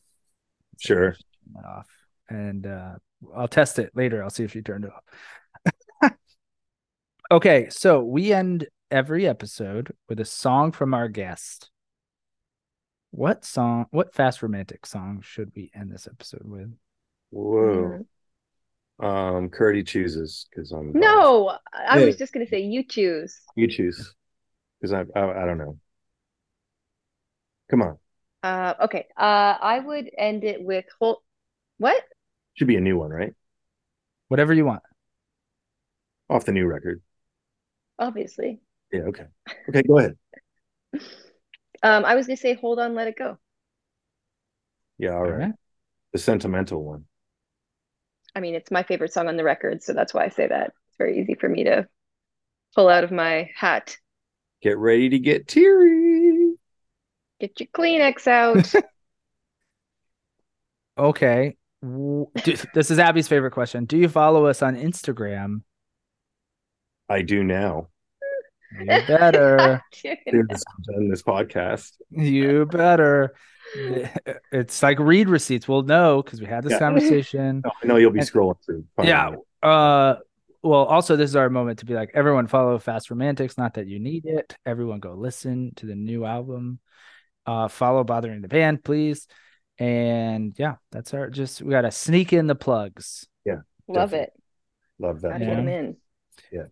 Speaker 1: Sure.
Speaker 4: Went off. And uh, I'll test it later. I'll see if she turned it off. okay. So we end every episode with a song from our guest. What song, what fast romantic song should we end this episode with?
Speaker 1: Whoa. Um, Curdy chooses because I'm
Speaker 2: No, I
Speaker 1: Yeah.
Speaker 2: was just going to say you choose.
Speaker 1: You choose because I, I I don't know. Come on,
Speaker 2: Uh, okay. Uh, I would end it with whole. What?
Speaker 1: should be a new one, right?
Speaker 4: Whatever you want.
Speaker 1: Off the new record.
Speaker 2: Obviously.
Speaker 1: Yeah. Okay. Okay. Go ahead.
Speaker 2: Um, I was going to say hold on, let it go.
Speaker 1: Yeah. All right. The sentimental one.
Speaker 2: I mean, it's my favorite song on the record, so that's why I say that. It's very easy for me to pull out of my hat.
Speaker 1: Get ready to get teary.
Speaker 2: Get your Kleenex out.
Speaker 4: Okay. W- do- This is Abby's favorite question. Do you follow us on Instagram?
Speaker 1: I do now.
Speaker 4: You better.
Speaker 1: Since I've done this podcast.
Speaker 4: you better. It's like read receipts. We'll know because we had this
Speaker 1: Yeah.
Speaker 4: conversation.
Speaker 1: No, I know you'll be scrolling through.
Speaker 4: Yeah. Uh, well, also this is our moment to be like, everyone follow Fast Romantics. Not that you need it. Everyone go listen to the new album. Uh, follow Bothering the Band, please. And yeah, that's our just we gotta sneak in the plugs.
Speaker 2: Love
Speaker 1: Definitely.
Speaker 2: it.
Speaker 1: Love
Speaker 2: Gotta
Speaker 1: that.
Speaker 2: get
Speaker 4: Yeah.
Speaker 2: them in.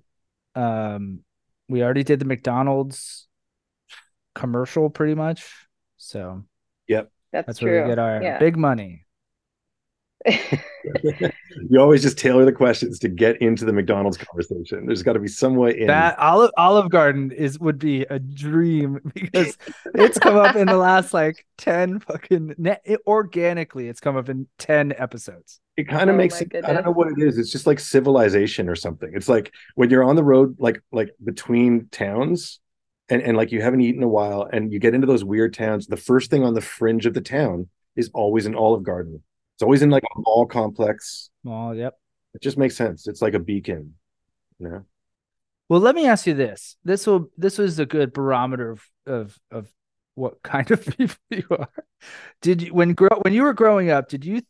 Speaker 4: Um, we already did the McDonald's commercial pretty much, so
Speaker 2: That's,
Speaker 4: that's
Speaker 2: true.
Speaker 4: where we get our
Speaker 2: Yeah.
Speaker 4: big money.
Speaker 1: you always just tailor the questions to get into the McDonald's conversation. There's got to be some way in.
Speaker 4: That Olive Olive Garden is would be a dream because it's come up in the last like ten fucking ne- it, organically. It's come up in ten episodes.
Speaker 1: it kind of
Speaker 2: Oh
Speaker 1: makes
Speaker 2: my
Speaker 1: it, I don't know
Speaker 2: goodness.
Speaker 1: what it is. It's just like civilization or something. It's like when you're on the road, like like between towns, and and like you haven't eaten in a while, and you get into those weird towns. The first thing on the fringe of the town is always an Olive Garden. It's always in like a mall complex.
Speaker 4: Well, yep.
Speaker 1: It just makes sense. It's like a beacon. You know?
Speaker 4: Well, let me ask you this. This will this was a good barometer of of of what kind of people you are. Did you when grow when you were growing up, did you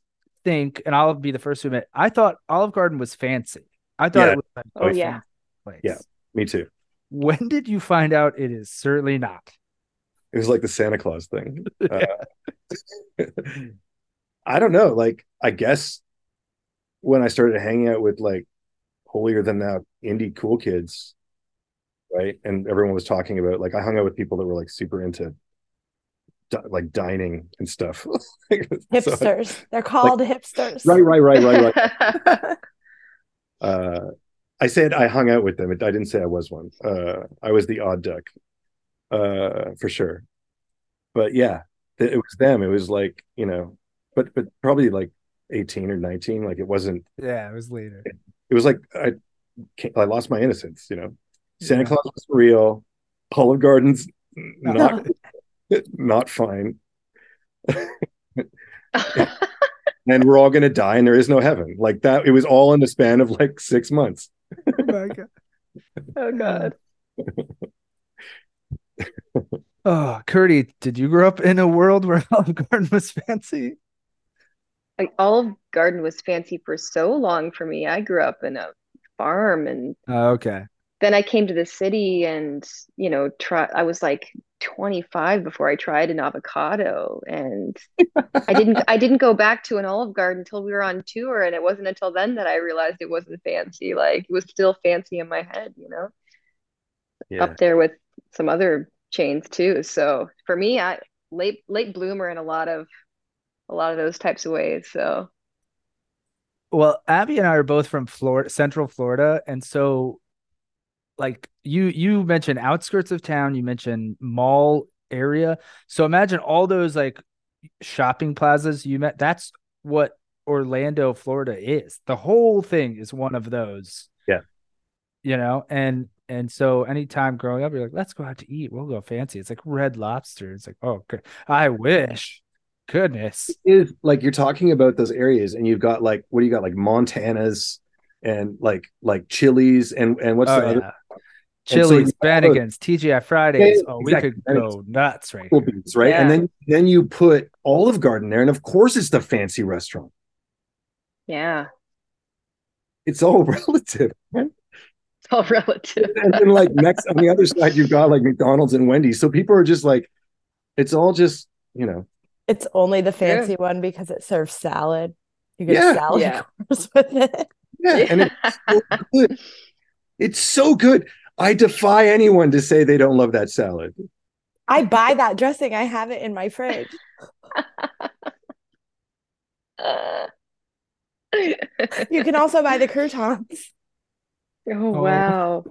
Speaker 4: think and I'll be the first to admit, I thought Olive Garden was fancy. I thought
Speaker 1: Yeah.
Speaker 4: it was like
Speaker 2: Oh,
Speaker 4: a
Speaker 2: yeah.
Speaker 4: fancy place.
Speaker 1: Yeah. Me too.
Speaker 4: When did you find out it is certainly not?
Speaker 1: It was like the Santa Claus thing. Uh, I don't know. Like, I guess when I started hanging out with like holier than thou indie cool kids, right? And everyone was talking about like I hung out with people that were like super into di- like dining and stuff. So-
Speaker 3: Hipsters. They're called hipsters.
Speaker 1: right, right, right, right, right. Uh, I said I hung out with them. It- I didn't say I was one. Uh, I was the odd duck, uh, for sure. But yeah, th- it was them. It was like you know, but but probably like eighteen or nineteen. Like it wasn't.
Speaker 4: Yeah, it was later.
Speaker 1: It was like I ca- I lost my innocence. You know, Santa
Speaker 4: Yeah.
Speaker 1: Claus was real. Olive Garden's n- not not fine, and we're all gonna die, and there is no heaven. Like that. It was all in the span of like six months.
Speaker 4: Oh my God.
Speaker 2: oh god.
Speaker 4: Oh, Curdy, did you grow up in a world where Olive Garden was fancy?
Speaker 2: Like Olive Garden was fancy for so long for me. I grew up in a farm and
Speaker 4: Oh, okay.
Speaker 2: then I came to the city and, you know, try I was like 25 before I tried an avocado and I didn't I didn't go back to an Olive Garden until we were on tour and it wasn't until then that I realized it wasn't fancy. Like it was still fancy in my head, you know, up there with some other chains too. So for me, I late late bloomer in a lot of a lot of those types of ways. So
Speaker 4: Well, Abby and I are both from Florida, Central Florida, and so like you you mentioned outskirts of town, you mentioned mall area. So imagine all those like shopping plazas you met. That's what Orlando, Florida is. The whole thing is one of those.
Speaker 1: Yeah.
Speaker 4: You know, and and so anytime growing up, you're like, let's go out to eat. We'll go fancy. It's like Red Lobster. It's like, oh, good. I wish. Goodness.
Speaker 1: is like you're talking about those areas and you've got like what do you got like montana's and like like chili's and and what's the
Speaker 4: oh,
Speaker 1: other
Speaker 4: yeah.
Speaker 1: And so
Speaker 4: Chili's,
Speaker 1: you follow-
Speaker 4: Bannigan's, TGI Fridays. Oh, we
Speaker 1: exactly,
Speaker 4: could
Speaker 1: Bennigan's.
Speaker 4: go nuts right
Speaker 1: Cool
Speaker 4: here.
Speaker 1: Beans, right and
Speaker 2: Yeah.
Speaker 1: then then you put olive garden there and of course it's the fancy restaurant
Speaker 2: yeah,
Speaker 1: it's all relative man.
Speaker 2: it's all relative.
Speaker 1: and then like next on the other side you've got like mcdonald's and wendy's so people are just like it's all just you know
Speaker 3: It's only the fancy one because it serves salad. You get
Speaker 1: Yeah.
Speaker 3: a salad
Speaker 2: Yeah.
Speaker 3: course with it.
Speaker 1: yeah and it's so good it's so good i defy anyone to say they don't love that salad
Speaker 3: I buy that dressing. I have it in my fridge.
Speaker 2: Uh,
Speaker 3: You can also buy the croutons.
Speaker 2: oh wow.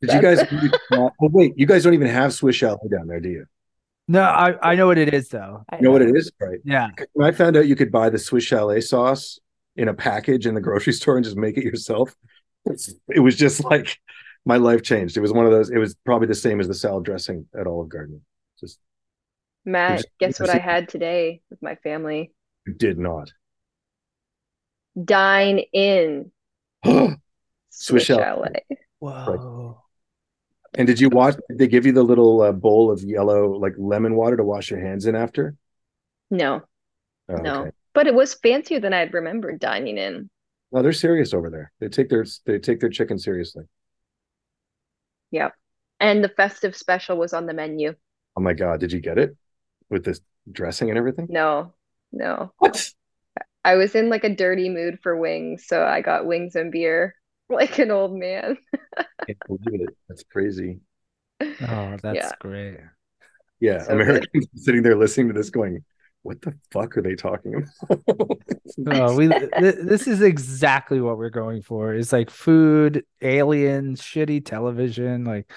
Speaker 1: did you guys
Speaker 2: That's-
Speaker 1: oh wait you guys don't even have swiss chalet down there do you
Speaker 4: No, I, I know what it is though.
Speaker 3: I
Speaker 1: You know what it is, right?
Speaker 4: Yeah.
Speaker 1: When I found out you could buy the Swiss chalet sauce in a package in the grocery store and just make it yourself, it's- it was just like my life changed. It was one of those. It was probably the same as the salad dressing at Olive Garden. Just
Speaker 2: Matt,
Speaker 1: Just-
Speaker 2: guess what
Speaker 1: just-
Speaker 2: I had today with my family?
Speaker 1: it did not.
Speaker 2: Dine in
Speaker 1: Swiss
Speaker 2: Swiss
Speaker 1: chalet.
Speaker 2: chalet.
Speaker 4: Whoa.
Speaker 1: and did you watch? Did they give you the little uh, bowl of yellow, like lemon water, to wash your hands in after?
Speaker 2: No,
Speaker 1: Oh,
Speaker 2: no.
Speaker 1: okay.
Speaker 2: But it was fancier than I'd remembered dining in.
Speaker 1: No, they're serious over there. They take their they take their chicken seriously.
Speaker 2: And the festive special was on the menu.
Speaker 1: Oh my god, did you get it with this dressing and everything?
Speaker 2: No, no.
Speaker 1: What?
Speaker 2: I was in like a dirty mood for wings, so I got wings and beer like an old man.
Speaker 1: Can't believe it. That's crazy.
Speaker 4: Oh, that's
Speaker 2: Yeah.
Speaker 4: great.
Speaker 1: Yeah,
Speaker 2: So good.
Speaker 1: Americans sitting there listening to this, going, "What the fuck are they talking about?"
Speaker 4: No, we th- this is exactly what we're going for. It's like food, aliens, shitty television, like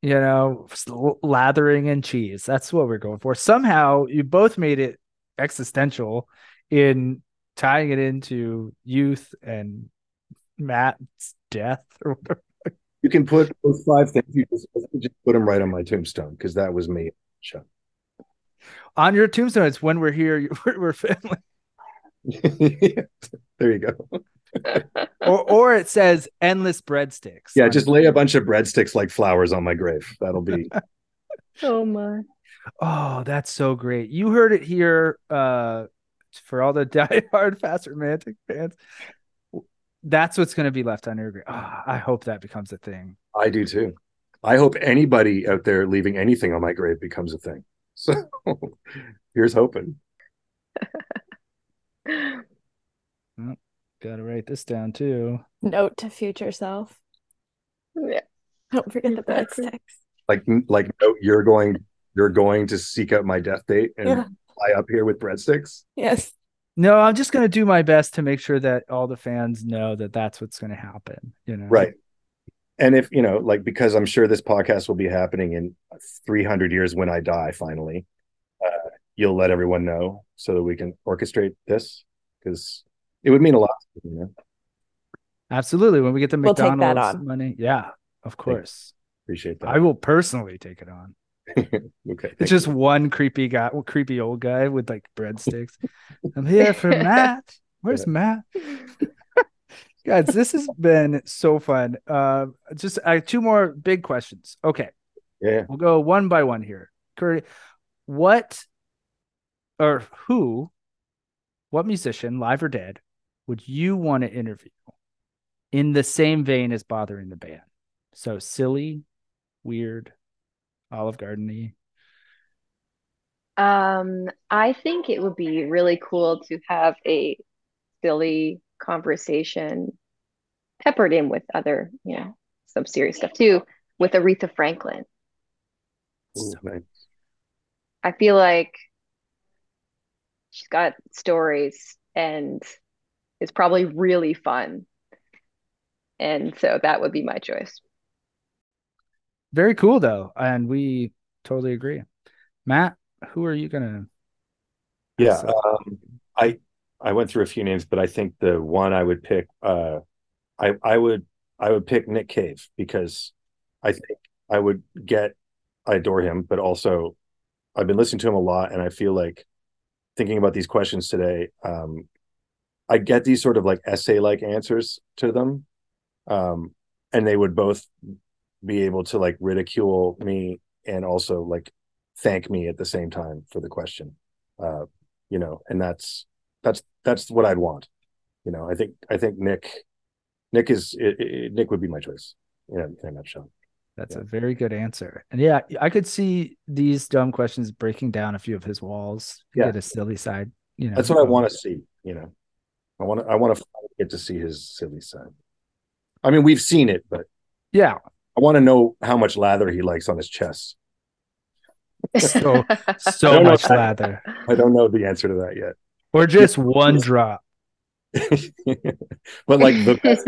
Speaker 4: you know, s- lathering in cheese. That's what we're going for. Somehow you both made it existential in tying it into youth and Matt's death or whatever.
Speaker 1: you can put those five things. You just, you just put them right on my tombstone because that was me. Chuck.
Speaker 4: on your tombstone. It's when we're here, you- we're, we're family.
Speaker 1: there you go.
Speaker 4: Or or it says endless breadsticks.
Speaker 1: Yeah,
Speaker 4: on
Speaker 1: just lay a bunch of breadsticks like flowers on my grave. That'll be
Speaker 2: Oh my.
Speaker 4: Oh, that's so great. You heard it here uh for all the diehard fast romantic fans. That's what's going to be left on your grave. Ah, I hope that becomes a thing.
Speaker 1: I do too. I hope anybody out there leaving anything on my grave becomes a thing. So here's hoping.
Speaker 4: Got to write this down too.
Speaker 3: Note to future self.
Speaker 2: Yeah.
Speaker 3: Don't forget the
Speaker 2: Exactly.
Speaker 3: breadsticks.
Speaker 1: Like like no, you're going you're going to seek out my death date and
Speaker 3: Yeah.
Speaker 1: fly up here with breadsticks.
Speaker 3: Yes.
Speaker 4: No, I'm just going to do my best to make sure that all the fans know that that's what's going to happen, you know.
Speaker 1: Right. And if you know, like because I'm sure this podcast will be happening in 300 years when I die finally. Uh, you'll let everyone know so that we can orchestrate this because it would mean a lot. You know?
Speaker 4: Absolutely. When we get the
Speaker 3: We'll take that
Speaker 4: McDonald's
Speaker 3: on.
Speaker 4: money. Yeah, of course.
Speaker 1: Appreciate that.
Speaker 4: I will personally take it on.
Speaker 1: okay. thank
Speaker 4: It's just one creepy guy, well, creepy old guy with like breadsticks. I'm here for Matt. Where's Matt? Guys, this has been so fun. Uh, just uh, two more big questions. Okay,
Speaker 1: you. yeah.
Speaker 4: we'll go one by one here. Curry, what or who, what musician, live or dead, would you want to interview in the same vein as bothering the band? So silly, weird, Olive Gardeny.
Speaker 2: Um, I think it would be really cool to have a silly conversation peppered in with other, you know, some serious stuff too, with Aretha Franklin.
Speaker 1: Ooh, nice.
Speaker 2: I feel like she's got stories and it's probably really fun. And so that would be my choice.
Speaker 4: Very cool though, and we totally agree. Matt, who are you gonna?
Speaker 1: Yeah,
Speaker 4: So-
Speaker 1: um, I I went through a few names, but I think the one I would pick, uh, I I would I would pick Nick Cave because I think I would get I adore him, but also I've been listening to him a lot, and I feel like thinking about these questions today, um, I get these sort of like essay like answers to them, um, and they would both be able to like ridicule me and also like thank me at the same time for the question. Uh, you know and that's that's that's what i'd want you know i think i think nick nick is i i nick would be my choice in a, in a nutshell
Speaker 4: That's
Speaker 1: Yeah.
Speaker 4: a very good answer, and yeah, I could see these dumb questions breaking down a few of his walls.
Speaker 1: Yeah.
Speaker 4: Get a silly side. You know,
Speaker 1: that's what i
Speaker 4: going.
Speaker 1: want to see you know i want to i want to get to see his silly side i mean we've seen it but
Speaker 4: Yeah.
Speaker 1: i want to know how much lather he likes on his chest
Speaker 4: So-
Speaker 1: I
Speaker 4: So
Speaker 1: don't know
Speaker 4: much
Speaker 1: if I-
Speaker 4: lather,
Speaker 1: i don't know the answer to that yet
Speaker 4: or just one drop.
Speaker 1: but like the best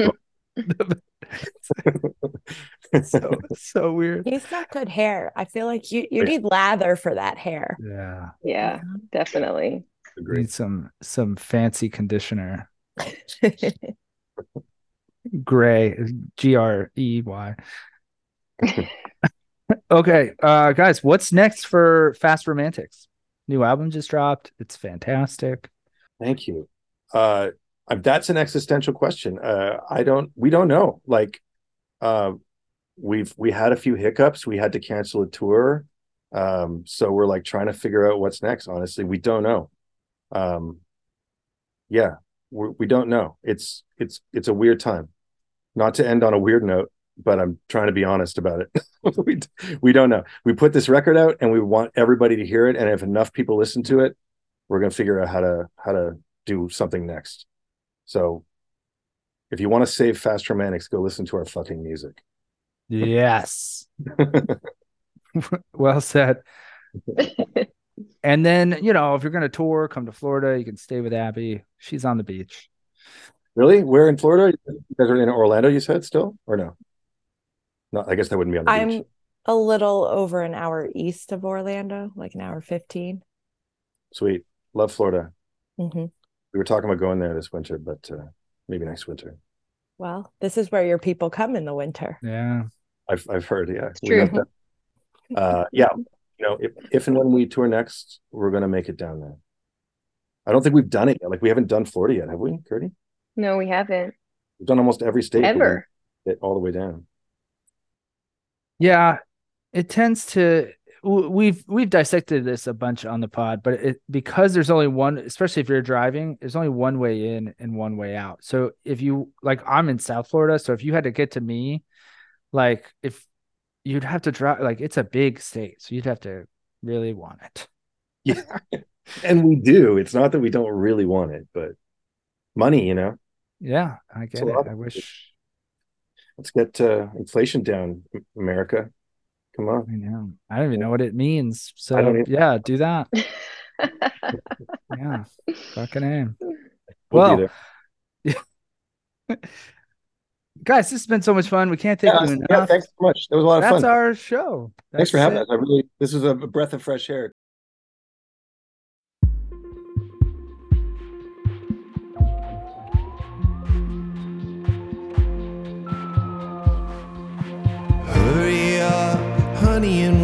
Speaker 1: one.
Speaker 4: So so weird.
Speaker 3: He's got good hair. I feel like you you need lather for that hair.
Speaker 4: Yeah.
Speaker 2: yeah, definitely.
Speaker 1: Agreed.
Speaker 4: Need some some fancy conditioner. Gray, G R E Y. okay, uh, guys, what's next for Fast Romantics? New album just dropped. It's fantastic.
Speaker 1: Thank you. Uh, I- that's an existential question. Uh, I don't. We don't know. Like, uh, we've we had a few hiccups. We had to cancel a tour, um, so we're like trying to figure out what's next. Honestly, we don't know. Um, yeah, we we don't know. It's it's it's a weird time. Not to end on a weird note, but I'm trying to be honest about it. we we don't know. We put this record out and we want everybody to hear it. And if enough people listen to it, we're gonna figure out how to how to do something next. So if you want to save fast romantics, go listen to our fucking music.
Speaker 4: Yes. well said. And then, you know, if you're going to tour, come to Florida, you can stay with Abby. She's on the beach.
Speaker 1: Really? Where in Florida? You guys are in Orlando, you said still? Or no? No, I guess that wouldn't be on the
Speaker 3: I'm
Speaker 1: beach.
Speaker 3: a little over an hour east of Orlando, like an hour 15.
Speaker 1: Sweet. Love Florida.
Speaker 3: hmm
Speaker 1: We were talking about going there this winter, but uh, maybe next winter.
Speaker 3: Well, this is where your people come in the winter.
Speaker 4: Yeah.
Speaker 1: I've I've heard, yeah.
Speaker 2: It's
Speaker 1: We
Speaker 2: true.
Speaker 1: love that. Uh, yeah. You know, if, if and when we tour next, we're gonna make it down there. I don't think we've done it yet. Like we haven't done Florida yet, have we, Curdy?
Speaker 2: No, we haven't
Speaker 1: We've done almost every state. but we
Speaker 2: ever.
Speaker 1: didn't get all the way down.
Speaker 4: Yeah. It tends to w- we've we've dissected this a bunch on the pod, but it because there's only one, especially if you're driving, there's only one way in and one way out. So if you like I'm in South Florida, so if you had to get to me, like if you'd have to drive like it's a big state, so you'd have to really want it.
Speaker 1: And we do. It's not that we don't really want it, but money, you know.
Speaker 4: Yeah, I get
Speaker 1: a
Speaker 4: it.
Speaker 1: lot.
Speaker 4: I wish
Speaker 1: Let's get uh, inflation down, M- America. Come on.
Speaker 4: I know. I don't even know what it means. So
Speaker 1: I don't either.
Speaker 4: yeah, do that. Yeah. Fucking aim.
Speaker 1: We'll be
Speaker 4: Well,
Speaker 1: there.
Speaker 4: Guys, this has been so much fun. We can't thank
Speaker 1: yeah,
Speaker 4: you
Speaker 1: yeah,
Speaker 4: enough.
Speaker 1: thanks so much. That was a lot of
Speaker 4: That's
Speaker 1: fun.
Speaker 4: our show.
Speaker 1: thanks for having
Speaker 4: That's it.
Speaker 1: us. I really this was a breath of fresh air.
Speaker 5: Hurry up, honey, and oh